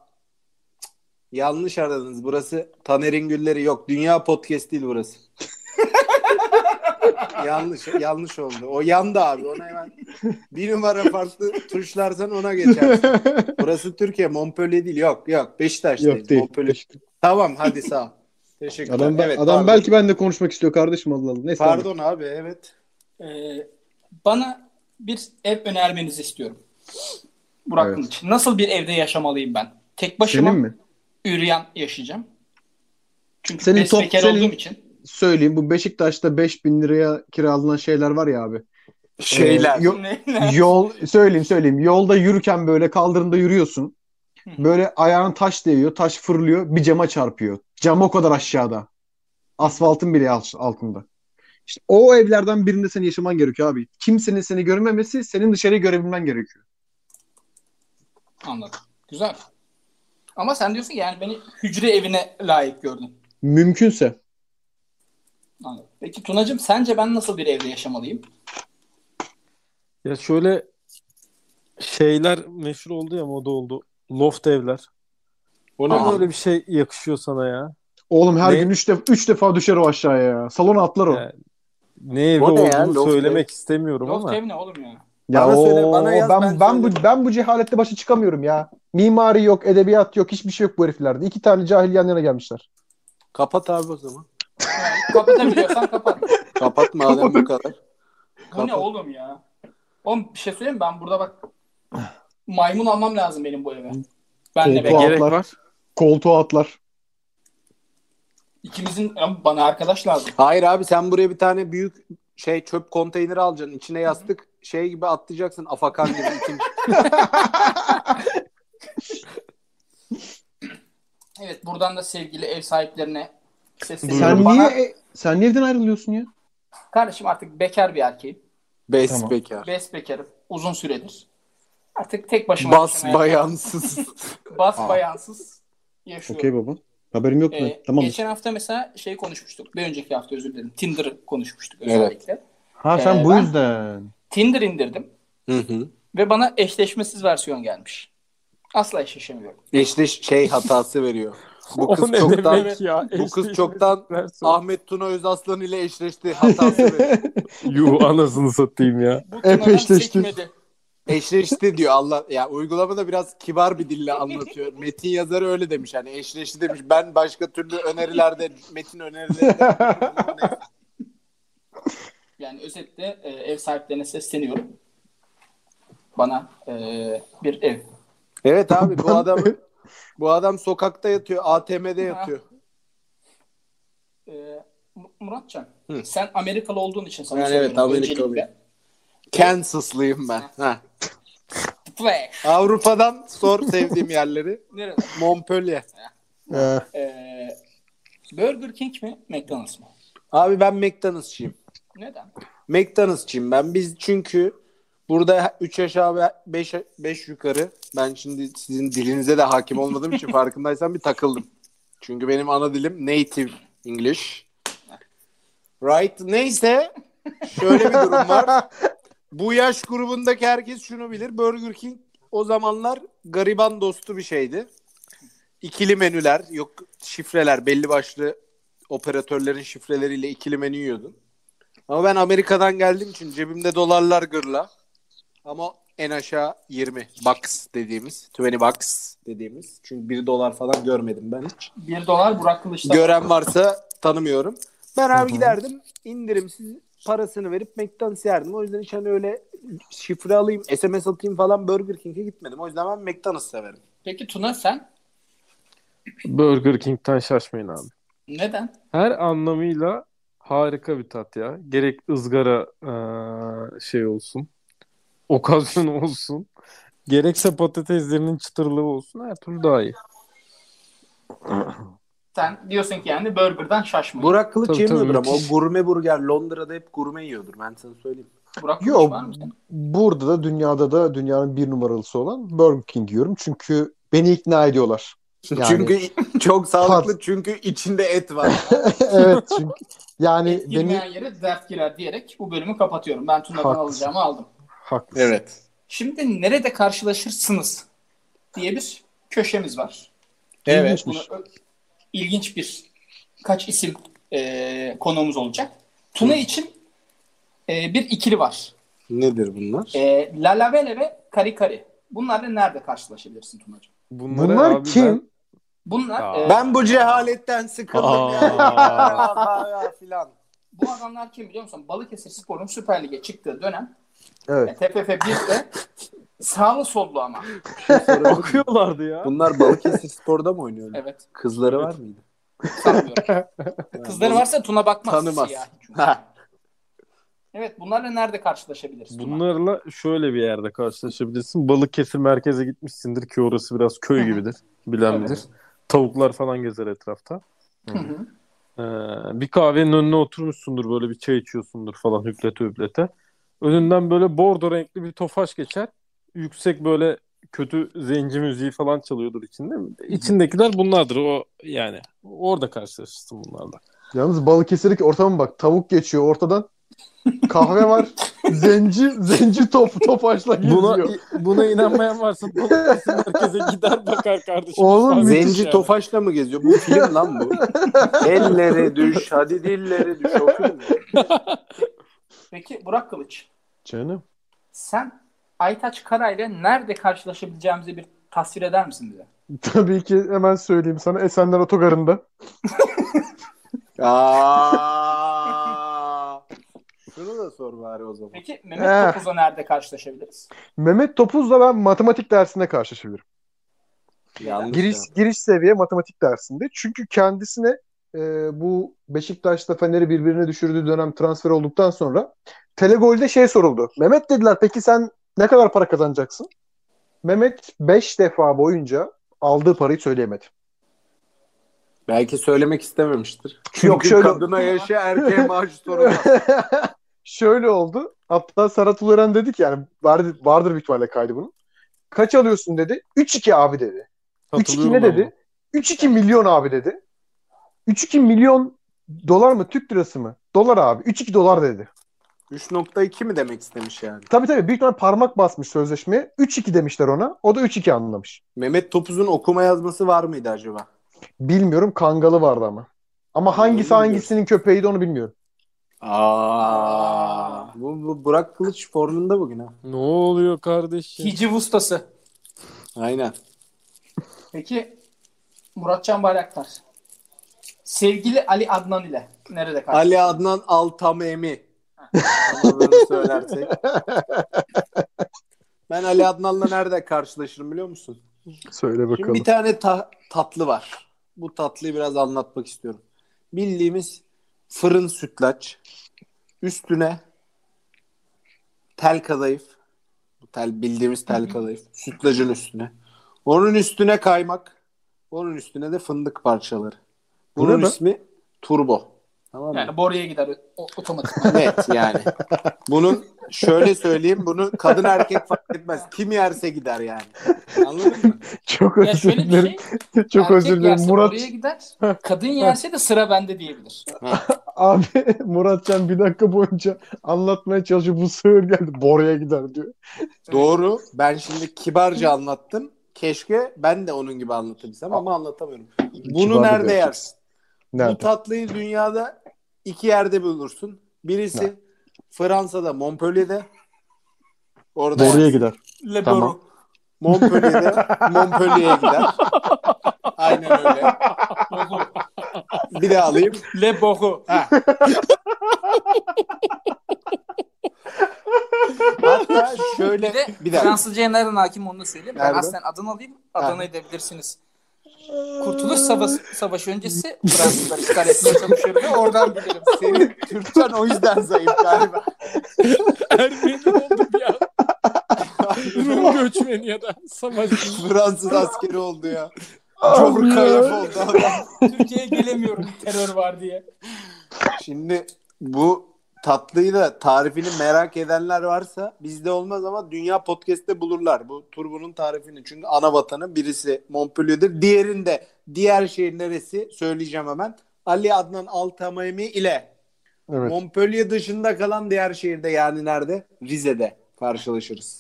Speaker 2: Cık, Yanlış aradınız. Burası Taner'in Gülleri yok. Dünya podcast değil burası. yanlış yanlış oldu. O yandı abi. Ona hemen bir numara farklı tuşlarsan ona geçersin. Burası Türkiye. Montpellier değil. Yok yok. Beşiktaş'tayız.
Speaker 6: Yok değil.
Speaker 2: Montpellier. Tamam hadi sağ ol. Teşekkürler.
Speaker 6: Adam,
Speaker 2: Evet,
Speaker 6: adam
Speaker 2: pardon.
Speaker 6: belki benimle konuşmak istiyor kardeşim Allah Allah. Neyse abi.
Speaker 2: Pardon abi evet.
Speaker 3: E, bana bir ev önermenizi istiyorum. Burak
Speaker 6: Evet.
Speaker 3: Kılıç. Nasıl bir evde yaşamalıyım ben? Tek başıma
Speaker 6: Senin mi?
Speaker 3: üryan yaşayacağım. Çünkü
Speaker 6: Senin
Speaker 3: senin
Speaker 6: top-
Speaker 3: besbekar
Speaker 6: senin-
Speaker 3: olduğum için.
Speaker 6: Söyleyeyim bu Beşiktaş'ta 5000 liraya kiralanan şeyler var ya abi.
Speaker 2: Şeyler.
Speaker 6: Ee, yok,
Speaker 3: Ne-
Speaker 6: Yol söyleyeyim söyleyeyim. Yolda yürürken böyle kaldırımda yürüyorsun. Böyle ayağın taş değiyor, taş fırlıyor, bir cama çarpıyor. Cam o kadar aşağıda. Asfaltın bile alt- altında. İşte o evlerden birinde seni yaşaman gerekiyor abi. Kimsenin seni görmemesi, senin dışarıyı görebilmen gerekiyor.
Speaker 3: Anladım. Güzel. Ama sen diyorsun ki yani beni hücre evine layık gördün.
Speaker 6: Mümkünse.
Speaker 3: Anladım. Peki Tunacığım sence ben nasıl bir evde yaşamalıyım?
Speaker 4: Ya şöyle şeyler meşhur oldu ya moda oldu. Loft evler. Ona
Speaker 2: Aha.
Speaker 4: böyle bir şey yakışıyor sana ya.
Speaker 6: Oğlum her
Speaker 4: Ne?
Speaker 6: gün 3 defa, üç defa düşer o aşağıya ya. Salona atlar o.
Speaker 4: Evet. Ne evde
Speaker 2: O ne ya,
Speaker 4: olduğunu
Speaker 2: loft
Speaker 4: söylemek istemiyorum
Speaker 3: Loft
Speaker 4: ama.
Speaker 3: ev ne oğlum ya?
Speaker 6: Ya
Speaker 2: Bana
Speaker 6: o-
Speaker 2: söyle, bana yaz,
Speaker 6: ben
Speaker 2: ben
Speaker 6: ben, bu
Speaker 2: söyleyeyim.
Speaker 6: ben bu cehalette başa çıkamıyorum ya. Mimari yok, edebiyat yok, hiçbir şey yok bu heriflerde. İki tane cahil yan yana gelmişler.
Speaker 2: Kapat abi o zaman.
Speaker 3: Kapatabiliyorsan kapat.
Speaker 2: Kapat madem bu kadar.
Speaker 3: Bu ne
Speaker 2: Kapat.
Speaker 3: oğlum ya? Oğlum bir şey söyleyeyim mi? Ben burada bak maymun almam lazım benim bu eve. Ben de
Speaker 6: Koltuğa
Speaker 3: be.
Speaker 6: gerek var? Koltuğa atlar.
Speaker 3: İkimizin ya bana arkadaş lazım.
Speaker 2: Hayır abi sen buraya bir tane büyük şey çöp konteyneri alacaksın. İçine yastık şey gibi atlayacaksın afakan gibi. ikinci.
Speaker 3: Evet buradan da sevgili ev sahiplerine
Speaker 6: Sen
Speaker 3: sesleniyorum.
Speaker 6: niye
Speaker 3: Bana,
Speaker 6: e, sen niye evden ayrılıyorsun ya?
Speaker 3: kardeşim artık bekar bir erkeğim.
Speaker 2: Bes
Speaker 6: Tamam.
Speaker 2: bekar.
Speaker 3: Bes bekarım. Uzun süredir. Artık tek başıma
Speaker 2: Bas
Speaker 3: yaşamaya-
Speaker 2: bayansız.
Speaker 3: Bas bayansız yaşıyorum.
Speaker 6: Okey baba. Haberim yok
Speaker 3: Ee,
Speaker 6: mu? Tamam.
Speaker 3: Geçen hafta mesela şey konuşmuştuk. Bir önceki hafta özür dilerim. Tinder'ı konuşmuştuk özellikle.
Speaker 6: Ha sen
Speaker 3: Ee,
Speaker 6: bu
Speaker 3: ben-
Speaker 6: yüzden.
Speaker 3: Tinder indirdim
Speaker 2: Hı hı.
Speaker 3: ve bana eşleşmesiz versiyon gelmiş. Asla eşleşemiyorum.
Speaker 2: İşte şey hatası veriyor. Bu kız
Speaker 4: O ne
Speaker 2: çoktan
Speaker 4: demek ya?
Speaker 2: bu kız
Speaker 4: Eşleşmesi
Speaker 2: çoktan
Speaker 4: versiyon.
Speaker 2: Ahmet Tuna Özaslan ile eşleşti hatası veriyor.
Speaker 4: Yuh anasını satayım ya.
Speaker 3: Bu
Speaker 6: Ep
Speaker 3: tırnadan
Speaker 6: eşleşti.
Speaker 3: sekmedi.
Speaker 2: eşleşti diyor Allah. Ya uygulamada biraz kibar bir dille anlatıyor. Metin yazarı öyle demiş hani eşleşti demiş. Ben başka türlü önerilerde metin önerilerinde
Speaker 3: Yani özetle e, ev sahiplerine sesleniyorum. Bana e, bir ev.
Speaker 2: Evet abi bu adam bu adam sokakta yatıyor, ATM'de yatıyor.
Speaker 3: E, Mu- Muratcan, sen Amerikalı olduğun için sana
Speaker 2: Yani evet,
Speaker 3: soruyorum.
Speaker 2: Amerikalıyım.
Speaker 3: Öncelikle
Speaker 2: Kansaslıyım ben. Ha.
Speaker 3: Flash.
Speaker 2: Avrupa'dan sor sevdiğim yerleri.
Speaker 3: Nerede?
Speaker 2: Montpellier.
Speaker 6: Ee,
Speaker 3: E, Burger King mi? McDonald's mı?
Speaker 2: Abi ben McDonald'sçıyım.
Speaker 3: Neden?
Speaker 2: McDonald'sçıyım ben. Biz çünkü burada 3 aşağı ve 5 5 yukarı. Ben şimdi sizin dilinize de hakim olmadığım için farkındaysam bir takıldım. Çünkü benim ana dilim native English. Right. Neyse şöyle bir durum var. Bu yaş grubundaki herkes şunu bilir. Burger King o zamanlar gariban dostu bir şeydi. İkili menüler, yok şifreler, belli başlı operatörlerin şifreleriyle ikili menü yiyordun. Ama ben Amerika'dan geldiğim için cebimde dolarlar gırla. Ama en aşağı 20 bucks dediğimiz, 20 bucks dediğimiz. Çünkü 1 dolar falan görmedim ben hiç.
Speaker 3: 1 dolar Burak Kılıç'tan.
Speaker 2: Gören varsa tanımıyorum. Ben abi giderdim indirimsiz parasını verip McDonald's yerdim. O yüzden hiç hani öyle şifre alayım, SMS atayım falan Burger King'e gitmedim. O yüzden ben McDonald's severim.
Speaker 3: Peki Tuna sen
Speaker 4: Burger King'den şaşmayın abi.
Speaker 3: neden?
Speaker 4: Her anlamıyla harika bir tat ya. Gerek ızgara eee, şey olsun, okazyon olsun, gerekse patateslerinin çıtırlığı olsun her türlü daha iyi.
Speaker 3: Sen diyorsun ki yani burgerdan şaşma.
Speaker 2: Burak Kılıç
Speaker 4: Tabii,
Speaker 2: yemiyordur
Speaker 4: tabii,
Speaker 2: ama o
Speaker 4: müthiş.
Speaker 2: gurme burger Londra'da hep gurme yiyordur. Ben sana söyleyeyim.
Speaker 3: Burak Kılıç
Speaker 6: Yok.
Speaker 3: var mı senin?
Speaker 6: Burada da dünyada da dünyanın bir numaralısı olan Burger King yiyorum. Çünkü beni ikna ediyorlar. Yani-
Speaker 2: Çünkü çok sağlıklı çünkü içinde et var.
Speaker 6: evet çünkü yani beni
Speaker 3: Girmeyen yere dert girer diyerek bu bölümü kapatıyorum. Ben Tuna'dan
Speaker 6: Haklısın.
Speaker 3: alacağımı aldım.
Speaker 6: haklısın.
Speaker 2: evet.
Speaker 3: Şimdi nerede karşılaşırsınız diye bir köşemiz var.
Speaker 2: Evet.
Speaker 3: Buna ö- ilginç bir kaç isim e, konuğumuz olacak. Tuna için e, bir ikili var.
Speaker 2: Nedir bunlar?
Speaker 3: E, Lalavele ve Kari Kari. Bunlarla nerede karşılaşabilirsin Tuna'cığım?
Speaker 4: Bunları
Speaker 6: Bunlar
Speaker 4: abi
Speaker 6: kim?
Speaker 4: ben-
Speaker 3: Bunlar
Speaker 4: Aa.
Speaker 3: e,
Speaker 2: Ben bu cehaletten sıkıldım
Speaker 4: Aa.
Speaker 2: ya. Ya, ya, filan.
Speaker 3: bu adamlar kim biliyor musun? Balıkesir Spor'un Süper Lig'e çıktığı dönem e,
Speaker 6: Evet.
Speaker 3: TFF 1'de sağlı sollu ama.
Speaker 4: Okuyorlardı ya.
Speaker 2: Bunlar Balıkesir Spor'da mı oynuyorlar?
Speaker 3: Evet.
Speaker 2: Kızları var mıydı?
Speaker 3: Sanmıyorum. Kızları varsa Tuna bakmaz.
Speaker 2: Tanımaz.
Speaker 3: Siyah. Evet bunlarla nerede karşılaşabiliriz? Tuna?
Speaker 4: Bunlarla şöyle bir yerde karşılaşabilirsin. Balıkesir merkeze gitmişsindir ki orası biraz köy gibidir. Bilen
Speaker 3: Evet.
Speaker 4: bilir. Tavuklar falan gezer etrafta.
Speaker 3: Hı hı.
Speaker 4: Ee, bir kahvenin önüne oturmuşsundur böyle bir çay içiyorsundur falan hüplete hüplete. Önünden böyle bordo renkli bir tofaş geçer. Yüksek böyle kötü zenci müziği falan çalıyordur içinde. İçindekiler bunlardır o yani. Orada karşılaşırsın bunlarla.
Speaker 6: Yalnız Balıkesir'deki ortama bak. Tavuk geçiyor ortadan. Kahve var. zenci zenci top topaçla geziyor.
Speaker 4: Buna, buna inanmayan varsa Balıkesir merkeze gider bakar kardeşim.
Speaker 6: Oğlum,
Speaker 4: Fark
Speaker 2: Zenci
Speaker 4: etmiş yani.
Speaker 2: Tofaş'la mı geziyor? Bu film lan bu. Ellere düş, hadi dillere düş. O film mi?
Speaker 3: Peki Burak Kılıç
Speaker 6: Canım.
Speaker 3: sen Aytaç Kara ile nerede karşılaşabileceğimizi bir tasvir eder misin bize?
Speaker 6: Tabii ki hemen söyleyeyim sana Esenler Otogarı'nda.
Speaker 2: Aa. Şunu da sor bari o zaman.
Speaker 3: Peki
Speaker 6: Eh.
Speaker 3: Mehmet Topuz'la nerede karşılaşabiliriz?
Speaker 6: Mehmet Topuz'la ben matematik dersinde karşılaşabilirim.
Speaker 2: Yanlış
Speaker 6: Giriş
Speaker 2: ya.
Speaker 6: giriş seviye matematik dersinde. Çünkü kendisine e, bu Beşiktaş'ta Fener'i birbirine düşürdüğü dönem transfer olduktan sonra Telegol'de şey soruldu. Mehmet dediler peki sen ne kadar para kazanacaksın? Mehmet 5 defa boyunca aldığı parayı söyleyemedi.
Speaker 2: Belki söylemek istememiştir. Çünkü
Speaker 6: Yok, şöyle-
Speaker 2: kadına yaşı erkeğe maaş sorulmaz.
Speaker 6: Şöyle oldu. Hatta Serhat Uluren dedi ki yani vardır, vardır büyük ihtimalle kaydı bunun. Kaç alıyorsun dedi. 3-2 abi dedi. 3-2 ne
Speaker 4: Katılıyorum abi.
Speaker 6: dedi? 3-2 milyon abi dedi. 3-2 milyon dolar mı? Türk lirası mı? Dolar abi. 3-2 dolar dedi.
Speaker 2: 3.2 mi demek istemiş yani?
Speaker 6: Tabii tabii büyük ihtimalle parmak basmış sözleşmeye. 3-2 demişler ona. O da 3-2 anlamış.
Speaker 2: Mehmet Topuz'un okuma yazması var mıydı acaba?
Speaker 6: Bilmiyorum kangalı vardı ama. Ama hangisi
Speaker 2: bilmiyorum.
Speaker 6: hangisinin köpeğiydi onu bilmiyorum.
Speaker 2: Aa, bu, bu Burak Kılıç formunda bugün ha.
Speaker 4: Ne oluyor kardeşim?
Speaker 3: Hiciv ustası.
Speaker 2: Aynen.
Speaker 3: Peki Muratcan Bayraktar. Sevgili Ali Adnan ile nerede karşı?
Speaker 2: Ali Adnan Altamemi. Bana böyle söylersek. Ben Ali Adnan'la nerede karşılaşırım biliyor musun?
Speaker 6: Söyle
Speaker 2: Şimdi bir tane ta- tatlı var. Bu tatlıyı biraz anlatmak istiyorum. Bildiğimiz fırın sütlaç. Üstüne tel kadayıf. Bu Tel, bildiğimiz tel kadayıf. Sütlacın üstüne. Onun üstüne kaymak. Onun üstüne de fındık parçaları.
Speaker 6: Bu
Speaker 2: Bunun
Speaker 6: ne be?
Speaker 2: ismi turbo. Tamam mı?
Speaker 3: Yani boruya gider o- otomatik.
Speaker 2: Evet yani. Bunun şöyle söyleyeyim bunu kadın erkek fark etmez. Kim yerse gider yani. Anladın mı?
Speaker 6: Çok
Speaker 3: ya
Speaker 6: özür
Speaker 3: şöyle bir
Speaker 6: dilerim.
Speaker 3: şey.
Speaker 6: Çok
Speaker 3: erkek
Speaker 6: özür dilerim.
Speaker 3: yerse
Speaker 6: Murat
Speaker 3: boruya gider. Kadın yerse de sıra bende diyebilir.
Speaker 6: abi Muratcan bir dakika boyunca anlatmaya çalışıyor. Bu sığır geldi. Boruya gider diyor.
Speaker 2: Doğru. Ben şimdi kibarca anlattım. Keşke ben de onun gibi anlatabilsem ama anlatamıyorum. Bunu
Speaker 6: Kibarca
Speaker 2: nerede
Speaker 6: bir
Speaker 2: yersin? Bu
Speaker 6: Nerede?
Speaker 2: tatlıyı dünyada iki yerde bulursun. Birisi Fransa'da Montpellier'de. Orada
Speaker 6: Boruya
Speaker 2: yersin.
Speaker 6: gider.
Speaker 3: Le
Speaker 6: Tamam.
Speaker 3: boru.
Speaker 2: Montpellier'de Montpellier'e gider. Aynen öyle. Bir daha alayım.
Speaker 3: Le boru.
Speaker 2: Hatta şöyle
Speaker 3: Bir de
Speaker 2: bir daha.
Speaker 3: Fransızcaya nereden hakim onu da söyleyeyim. Ben
Speaker 2: Nereden?
Speaker 3: aslen adını alayım. Adana edebilirsiniz. Kurtuluş Savaşı, savaşı öncesi Fransızlar işgal etmeye çalışıyor. diyor. Oradan bilirim.
Speaker 2: Senin Türkçen o yüzden zayıf galiba.
Speaker 4: Ermeni oldu ya. Rum göçmeni ya da savaş.
Speaker 2: Fransız askeri oldu ya. Corkayaf oldu adam.
Speaker 3: Türkiye'ye gelemiyorum terör var diye.
Speaker 2: Şimdi bu tatlıyı da tarifini merak edenler varsa bizde olmaz ama Dünya Podcast'te bulurlar bu turbunun tarifini. Çünkü ana vatanı birisi Montpellier'dir. Diğerinde diğer şehir neresi söyleyeceğim hemen. Ali Adnan Altamemi ile
Speaker 6: Evet.
Speaker 2: Montpellier dışında kalan diğer şehirde yani nerede? Rize'de karşılaşırız.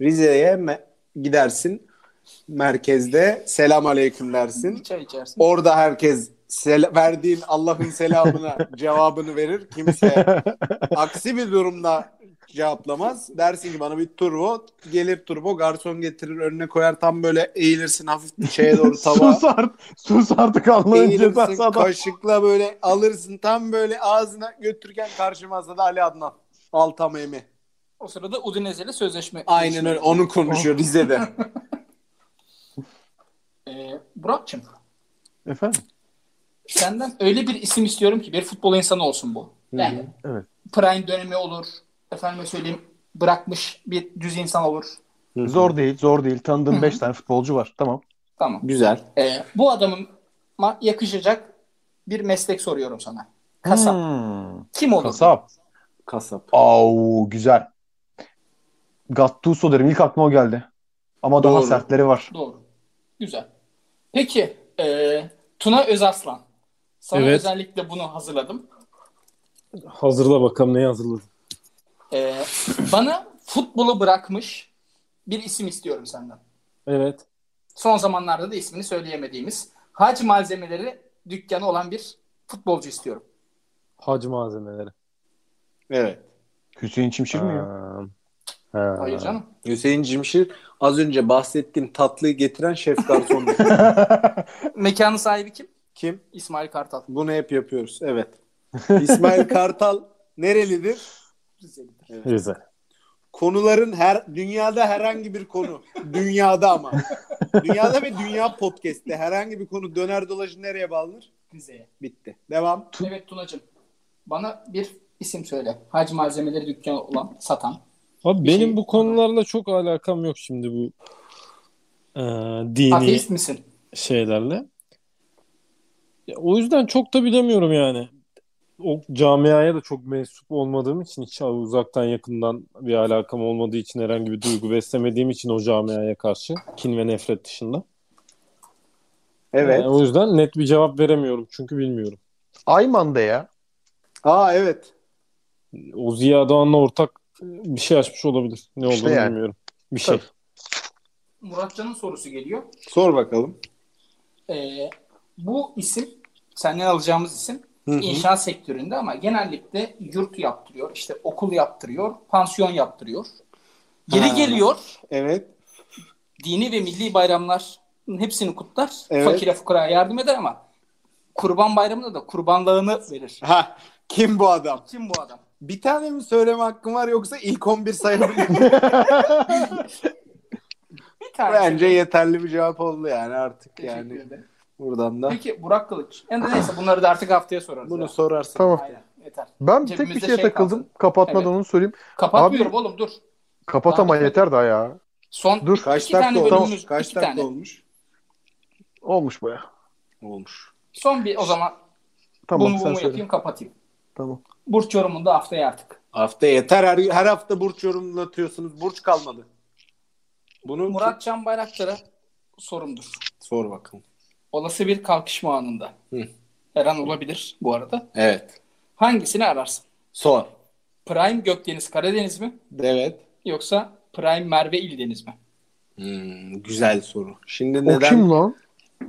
Speaker 2: Rize'ye me- gidersin. Merkezde selam aleyküm dersin.
Speaker 3: Bir çay içersin.
Speaker 2: Orada herkes sel- verdiğin Allah'ın selamına cevabını verir. Kimse aksi bir durumda cevaplamaz. Dersin ki bana bir turbo gelir turbo garson getirir önüne koyar tam böyle eğilirsin hafif şeye doğru tabağa.
Speaker 6: sus artık. Sus artık Allah'ın cezası
Speaker 2: Eğilirsin
Speaker 6: adam.
Speaker 2: kaşıkla böyle alırsın tam böyle ağzına götürürken karşı masada Ali Adnan. Altam Emi.
Speaker 3: O sırada Udinese'yle sözleşme.
Speaker 2: Aynen öyle onu konuşuyor Rize'de.
Speaker 3: Ee, Burak'cığım
Speaker 6: Efendim?
Speaker 3: senden öyle bir isim istiyorum ki bir futbol insanı olsun bu. Yani
Speaker 6: Evet.
Speaker 3: Prime dönemi olur. Efendime söyleyeyim bırakmış bir düz insan olur.
Speaker 6: Zor değil, zor değil. Tanıdığım 5 tane futbolcu var. Tamam.
Speaker 3: Tamam.
Speaker 2: Güzel.
Speaker 3: Ee, bu adamın ma- yakışacak bir meslek soruyorum sana. Kasap.
Speaker 6: Hmm.
Speaker 3: Kim olur?
Speaker 6: Kasap.
Speaker 2: Kasap.
Speaker 6: Au güzel. Gattuso derim. İlk aklıma o geldi. Ama daha
Speaker 2: Doğru.
Speaker 6: sertleri var.
Speaker 3: Doğru. Güzel. Peki e, Tuna Özaslan. Sana
Speaker 4: Evet.
Speaker 3: özellikle bunu hazırladım.
Speaker 4: Hazırla bakalım neyi hazırladın?
Speaker 3: E, bana futbolu bırakmış bir isim istiyorum senden.
Speaker 4: Evet.
Speaker 3: Son zamanlarda da ismini söyleyemediğimiz hac malzemeleri dükkanı olan bir futbolcu istiyorum.
Speaker 4: Hac malzemeleri.
Speaker 2: Evet.
Speaker 6: Hüseyin Çimşir mi ya?
Speaker 4: Ha. Ha.
Speaker 3: Hayır canım.
Speaker 2: Hüseyin Cimşir az önce bahsettiğim tatlıyı getiren şef garsondu.
Speaker 3: Mekanın sahibi kim?
Speaker 2: Kim?
Speaker 3: İsmail Kartal.
Speaker 2: Bunu hep yapıyoruz. Evet. İsmail Kartal nerelidir?
Speaker 3: Rizeli'dir.
Speaker 4: Güzel.
Speaker 2: Konuların her dünyada herhangi bir konu. Dünyada ama. Dünyada ve dünya podcast'te herhangi bir konu döner dolaşır nereye bağlanır?
Speaker 3: Rize'ye.
Speaker 2: Bitti. Devam.
Speaker 3: Evet Tunacığım. Bana bir isim söyle. Hac malzemeleri dükkanı olan, satan.
Speaker 4: Abi
Speaker 3: Bir
Speaker 4: benim
Speaker 3: şey-
Speaker 4: bu konularla çok alakam yok şimdi bu e, dini
Speaker 3: Ateist misin?
Speaker 4: şeylerle. Ya, o yüzden çok da bilemiyorum yani. O camiaya da çok mensup olmadığım için hiç uzaktan yakından bir alakam olmadığı için herhangi bir duygu beslemediğim için o camiaya karşı kin ve nefret dışında. Yani o yüzden net bir cevap veremiyorum çünkü bilmiyorum.
Speaker 6: Ayman'da ya.
Speaker 2: Aa evet.
Speaker 4: O Ziya Doğan'la ortak bir şey açmış olabilir. Ne olduğunu
Speaker 6: İşte yani.
Speaker 4: bilmiyorum. Bir şey.
Speaker 3: Muratcan'ın sorusu geliyor.
Speaker 2: Sor bakalım.
Speaker 3: Ee, bu isim, senden alacağımız isim
Speaker 2: Hı hı.
Speaker 3: İnşaat sektöründe ama genellikle yurt yaptırıyor, işte okul yaptırıyor, pansiyon yaptırıyor. Yeri
Speaker 2: Ha.
Speaker 3: geliyor
Speaker 2: Evet.
Speaker 3: dini ve milli bayramların hepsini kutlar.
Speaker 2: Evet.
Speaker 3: Fakire fukaraya yardım eder ama kurban bayramında da kurbanlığını verir.
Speaker 2: Ha, kim bu adam?
Speaker 3: Kim bu adam?
Speaker 2: Bir tane mi söyleme hakkım var yoksa ilk 11 sayabilir miyim?
Speaker 3: Bir tanesi.
Speaker 2: Bence yeterli bir cevap oldu yani artık
Speaker 3: Teşekkür
Speaker 2: yani.
Speaker 3: ederim.
Speaker 2: Buradan da
Speaker 3: Peki Burak Kılıç. Yani neyse bunları da artık haftaya sorarız.
Speaker 2: bunu
Speaker 3: ya.
Speaker 2: sorarsın.
Speaker 9: Tamam.
Speaker 3: Aynen yeter.
Speaker 9: Ben tek bir
Speaker 3: Cebimizde
Speaker 9: şeye
Speaker 3: şey
Speaker 9: takıldım.
Speaker 3: kalsın.
Speaker 9: Kapatmadan
Speaker 3: Evet.
Speaker 9: onu söyleyeyim.
Speaker 3: Kapatmıyorum şey- oğlum dur.
Speaker 9: Kapat ama yeter daha ya.
Speaker 3: Son
Speaker 9: Dur.
Speaker 2: Kaç
Speaker 3: iki
Speaker 2: dakika
Speaker 3: tane
Speaker 2: olmuş?
Speaker 3: bölümümüz. iki
Speaker 2: Kaç dakika
Speaker 3: tane.
Speaker 2: olmuş?
Speaker 9: Olmuş bu ya.
Speaker 2: Olmuş.
Speaker 3: Son bir o zaman
Speaker 9: Tamam
Speaker 3: bunu
Speaker 9: sen
Speaker 3: bunu
Speaker 9: söyle.
Speaker 3: yapayım kapatayım.
Speaker 9: Tamam.
Speaker 3: Burç yorumunda haftaya artık.
Speaker 2: Hafta yeter her, her hafta burç yorumlatıyorsunuz. Burç kalmadı. Bunu
Speaker 3: Murat Can Bayraktar'a sorumdur.
Speaker 2: sor bakalım.
Speaker 3: Olası bir kalkışma anında.
Speaker 2: Hı.
Speaker 3: Her an olabilir bu arada.
Speaker 2: Evet.
Speaker 3: Hangisini ararsın?
Speaker 2: Sor.
Speaker 3: Prime Gökdeniz Karadeniz mi?
Speaker 2: Evet.
Speaker 3: Yoksa Prime Merve İldeniz mi?
Speaker 2: Hmm, güzel soru. Şimdi
Speaker 9: O kim
Speaker 2: neden
Speaker 9: lan?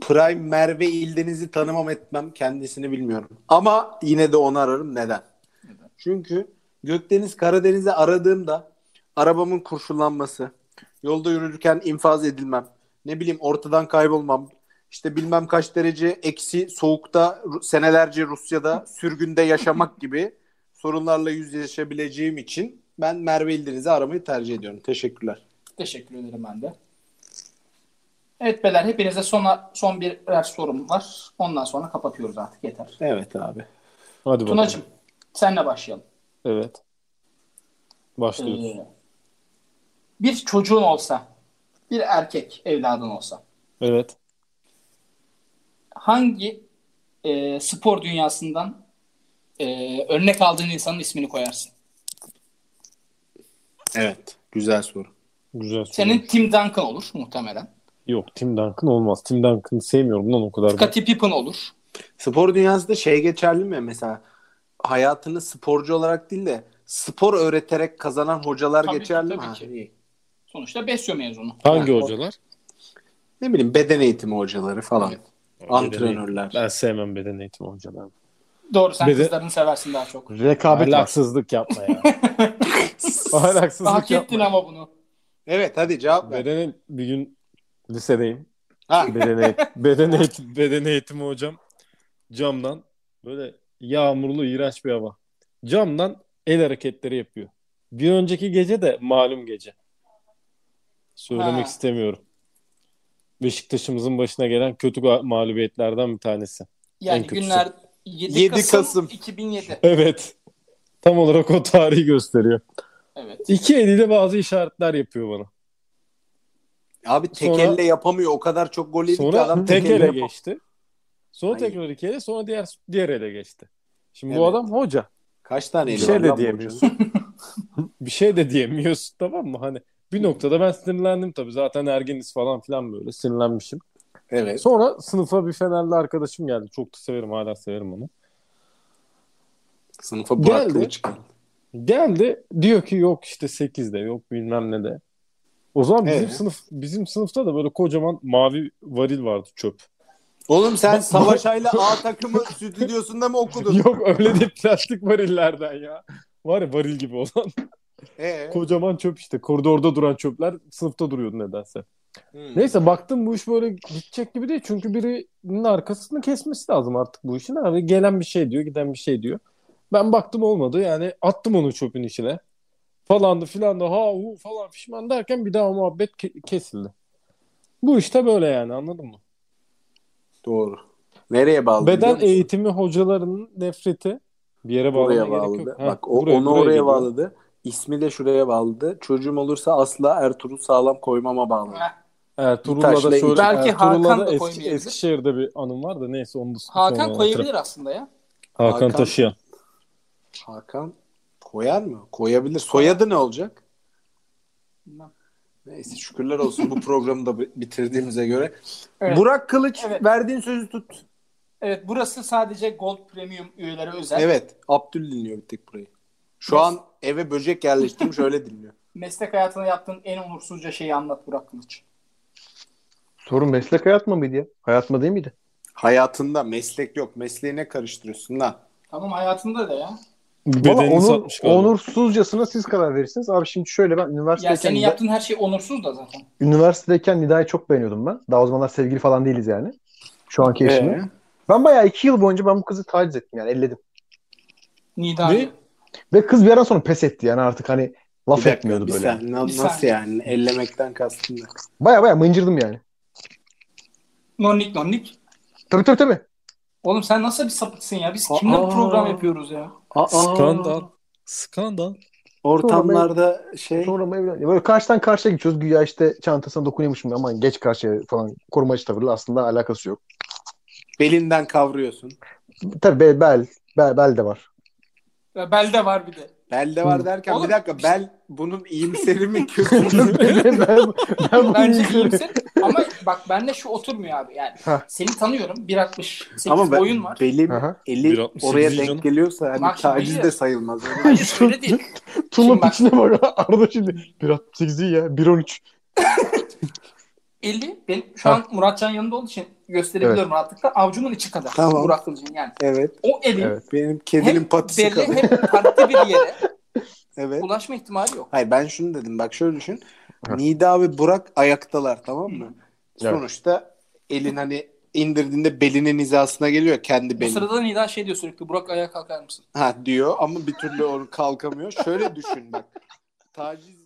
Speaker 2: Prime Merve İldeniz'i tanımam etmem kendisini bilmiyorum. Ama yine de onu ararım. Neden? Çünkü Gökdeniz Karadeniz'i aradığımda arabamın kurşunlanması, yolda yürürken infaz edilmem, ne bileyim ortadan kaybolmam, işte bilmem kaç derece eksi soğukta Ru- senelerce Rusya'da sürgünde yaşamak gibi sorunlarla yüzleşebileceğim için ben Merve İldeniz'i aramayı tercih ediyorum. Teşekkürler.
Speaker 3: Teşekkür ederim ben de. Evet beyler hepinize sona, son bir ver sorum var. Ondan sonra kapatıyoruz artık yeter.
Speaker 2: Evet abi.
Speaker 6: Hadi bakalım.
Speaker 3: Tunacığım senle başlayalım.
Speaker 6: Evet. Başlıyoruz.
Speaker 3: Ee, bir çocuğun olsa, bir erkek evladın olsa
Speaker 6: Evet.
Speaker 3: hangi e, spor dünyasından e, örnek aldığın insanın ismini koyarsın?
Speaker 2: Evet. Güzel soru.
Speaker 6: Güzel soru.
Speaker 3: Senin Tim Duncan olur muhtemelen.
Speaker 6: Yok Tim Duncan olmaz. Tim Duncan'ı sevmiyorum lan o kadar. ben.
Speaker 3: Scottie Pippen olur.
Speaker 2: Spor dünyasında şey geçerli mi mesela? Hayatını sporcu olarak değil de spor öğreterek kazanan hocalar
Speaker 3: Tabii ki,
Speaker 2: geçerli mi?
Speaker 3: tabii
Speaker 2: Ha,
Speaker 3: ki.
Speaker 2: iyi.
Speaker 3: Sonuçta Besyo mezunu.
Speaker 6: Hangi
Speaker 2: Ha, o-
Speaker 6: hocalar?
Speaker 2: Ne bileyim beden eğitimi hocaları falan.
Speaker 3: Evet.
Speaker 2: Antrenörler.
Speaker 6: Ben sevmem beden eğitimi hocalarını.
Speaker 3: Doğru sen
Speaker 6: Bir de-
Speaker 3: kızlarını seversin daha çok.
Speaker 9: Rekabet var.
Speaker 6: Ahlaksızlık yapma ya. Ahlaksızlık
Speaker 3: Hak ettin
Speaker 6: yapma.
Speaker 3: ama bunu.
Speaker 2: Evet hadi cevap ver.
Speaker 6: Beden bir gün lisedeyim.
Speaker 2: Ha.
Speaker 6: Beden, eğit- beden, eğit- beden eğitimi hocam camdan böyle yağmurlu iğrenç bir hava. Camdan el hareketleri yapıyor. Bir önceki gece de malum gece. Söylemek
Speaker 3: Ha.
Speaker 6: istemiyorum. Beşiktaş'ımızın başına gelen kötü ga- mağlubiyetlerden bir tanesi. En
Speaker 3: Yani
Speaker 6: kötüsü.
Speaker 3: günler 7,
Speaker 2: 7
Speaker 3: Kasım,
Speaker 2: Kasım.
Speaker 3: 2007.
Speaker 6: Evet. Tam olarak o tarihi gösteriyor.
Speaker 3: Evet.
Speaker 6: İki eliyle bazı işaretler yapıyor bana.
Speaker 2: Abi tek
Speaker 6: Sonra-
Speaker 2: elle yapamıyor. O kadar çok gol yedi ki
Speaker 6: Sonra
Speaker 2: adam
Speaker 6: tek ele
Speaker 2: yapamıyor.
Speaker 6: geçti. Sonra
Speaker 2: Ay.
Speaker 6: tekrar iki ele, sonra diğer diğer ele geçti. Şimdi bu
Speaker 2: Evet.
Speaker 6: adam hoca.
Speaker 2: Kaç tane
Speaker 6: Bir
Speaker 2: eli
Speaker 6: şey
Speaker 2: var
Speaker 6: de
Speaker 2: lan bu hocanın?
Speaker 6: diyemiyorsun. bir şey de diyemiyorsun tamam mı? Hani bir noktada ben sinirlendim tabii. Zaten ergeniz falan filan böyle sinirlenmişim.
Speaker 2: Evet.
Speaker 6: Sonra sınıfa bir Fenerli arkadaşım geldi. Çok da severim, hala severim onu.
Speaker 2: Sınıfa Burak
Speaker 6: Geldi.
Speaker 2: Kılıç geldi.
Speaker 6: Geldi diyor ki yok işte 8'de yok bilmem ne de. O zaman bizim
Speaker 2: Evet.
Speaker 6: sınıf bizim sınıfta da böyle kocaman mavi varil vardı çöp.
Speaker 2: Oğlum sen
Speaker 6: Bak-
Speaker 2: Savaş Ayla A takımı stüdyosunda mı okudun?
Speaker 6: Yok öyle değil plastik varillerden ya. Var ya varil gibi olan.
Speaker 2: Ee?
Speaker 6: Kocaman çöp işte. Koridorda duran çöpler sınıfta duruyordu nedense.
Speaker 2: Hmm.
Speaker 6: Neyse baktım bu iş böyle gidecek gibi değil. Çünkü birinin arkasını kesmesi lazım artık bu işin. Abi gelen bir şey diyor, giden bir şey diyor. Ben baktım olmadı. Yani attım onu çöpün içine. Falandı filandı ha hu falan fişman derken bir daha muhabbet ke- kesildi. Bu işte böyle yani anladın mı?
Speaker 2: Doğru. Nereye bağlı? biliyor
Speaker 6: Beden
Speaker 2: musun?
Speaker 6: eğitimi hocalarının nefreti bir yere bağlamaya
Speaker 2: Buraya
Speaker 6: gerek
Speaker 2: bağladı.
Speaker 6: yok. Ha,
Speaker 2: Bak o,
Speaker 6: buraya-
Speaker 2: onu
Speaker 6: buraya
Speaker 2: oraya
Speaker 6: geliyor.
Speaker 2: bağladı. İsmi de şuraya bağladı. Çocuğum olursa asla Ertuğrul sağlam koymama bağladı.
Speaker 3: Heh.
Speaker 6: Ertuğrul'la da
Speaker 2: Taşla
Speaker 6: şöyle.
Speaker 2: ilgili.
Speaker 3: Belki
Speaker 6: Ertuğrul'la
Speaker 3: Hakan
Speaker 6: da
Speaker 3: da
Speaker 6: Eski-
Speaker 3: koymayabilir.
Speaker 6: Eskişehir'de bir anım var da neyse onu da sonra
Speaker 3: Hakan
Speaker 6: anlatırım.
Speaker 3: koyabilir aslında ya.
Speaker 6: Hakan,
Speaker 2: Hakan-
Speaker 6: Taşıyan.
Speaker 2: Hakan koyar mı? Koyabilir. Soyadı ne olacak?
Speaker 3: Bilmem.
Speaker 2: Neyse şükürler olsun bu programı da bi- bitirdiğimize göre.
Speaker 3: Evet.
Speaker 2: Burak Kılıç
Speaker 3: Evet.
Speaker 2: verdiğin sözü tut.
Speaker 3: Evet burası sadece Gold Premium üyelere özel.
Speaker 2: Evet. Abdül dinliyor bir tek burayı. Şu
Speaker 3: Mes-
Speaker 2: an eve böcek yerleştirmiş öyle dinliyor.
Speaker 3: Meslek hayatında yaptığın en onursuzca şeyi anlat Burak Kılıç.
Speaker 9: Sorun meslek hayat mı mıydı ya? Hayat mı değil miydi?
Speaker 2: Hayatında meslek yok. Mesleğine karıştırıyorsun lan.
Speaker 3: Tamam hayatında da ya.
Speaker 6: Valla
Speaker 4: Bedenini
Speaker 6: onur-
Speaker 4: satmış galiba.
Speaker 6: onursuzcasına siz karar verirsiniz. Abi şimdi şöyle ben
Speaker 3: Ya
Speaker 6: üniversitedeyken,
Speaker 3: senin yaptığın her şey onursuz da zaten.
Speaker 6: üniversitedeyken Nida'yı çok beğeniyordum ben. Daha o zamanlar sevgili falan değiliz yani. Şu anki eşimi.
Speaker 2: Ee?
Speaker 6: Ben bayağı iki yıl boyunca ben bu kızı taciz ettim yani elledim.
Speaker 3: Nida.
Speaker 4: Ne?
Speaker 6: Ve kız bir ara sonra pes etti yani artık hani laf
Speaker 2: Bir dakika,
Speaker 6: etmiyordu
Speaker 2: bir
Speaker 6: böyle.
Speaker 2: sen- na-
Speaker 3: Bir
Speaker 2: nasıl
Speaker 3: saniye.
Speaker 2: yani? Ellemekten kastın ne?
Speaker 6: Baya baya mıncırdım yani.
Speaker 3: Nonnik nonnik.
Speaker 6: Tabii tabii tabii.
Speaker 3: Oğlum sen nasıl bir sapıksın ya? Biz kimle
Speaker 2: Aa.
Speaker 3: program yapıyoruz ya?
Speaker 4: Skandal. Skandal.
Speaker 2: Ortamlarda şey
Speaker 6: Sonra mı evlen- Böyle karşıdan karşıya geçiyoruz. Güya işte çantasına dokunuyormuşum ama geç karşıya falan korumacı tavırla aslında alakası yok.
Speaker 2: belinden kavruyorsun.
Speaker 6: Tabii bel, bel, bel, bel de var.
Speaker 3: Ya Belde var bir de.
Speaker 2: Belde var derken
Speaker 3: Oğlum,
Speaker 2: bir dakika bel bunun iyimseri mi kötü mü?
Speaker 6: ben, ben, ben bunu
Speaker 3: Bence
Speaker 6: izliyorum.
Speaker 3: iyimsin. Ama bak bende şu oturmuyor abi yani.
Speaker 6: Heh.
Speaker 3: Seni tanıyorum. 1.68
Speaker 2: Ama ben,
Speaker 3: boyun var.
Speaker 2: belim
Speaker 6: Aha.
Speaker 2: eli
Speaker 4: 1.68
Speaker 2: oraya denk
Speaker 4: canım.
Speaker 2: geliyorsa hani
Speaker 3: Bak şimdi
Speaker 2: taciz de
Speaker 3: hayır.
Speaker 2: sayılmaz.
Speaker 3: Hayır şöyle değil.
Speaker 6: Tulum
Speaker 3: Şimdi bak-
Speaker 6: içine bak. Arada şimdi 1.68 iyi ya. 1.13.
Speaker 3: Eli benim şu an Muratcan yanında olduğu için gösterebiliyorum rahatlıkla. Avcumun içi kadar.
Speaker 2: Tamam.
Speaker 3: Murat Kılıç'ın yani.
Speaker 2: evet.
Speaker 3: O elin
Speaker 6: Evet.
Speaker 2: Benim
Speaker 3: hem
Speaker 2: kedinin patisi
Speaker 3: belli
Speaker 2: kadar.
Speaker 3: hem farklı bir yere
Speaker 2: Evet.
Speaker 3: ulaşma ihtimali yok.
Speaker 2: Hayır ben şunu dedim. Bak şöyle düşün.
Speaker 6: Hı.
Speaker 2: Nida ve Burak ayaktalar tamam mı?
Speaker 6: Evet.
Speaker 2: Sonuçta elin hani indirdiğinde belinin hizasına geliyor kendi
Speaker 3: Bu
Speaker 2: belin.
Speaker 3: sırada Nida şey diyor sürekli Burak ayağa kalkar mısın?
Speaker 2: Ha diyor ama bir türlü onu kalkamıyor. Şöyle düşün bak. Taciz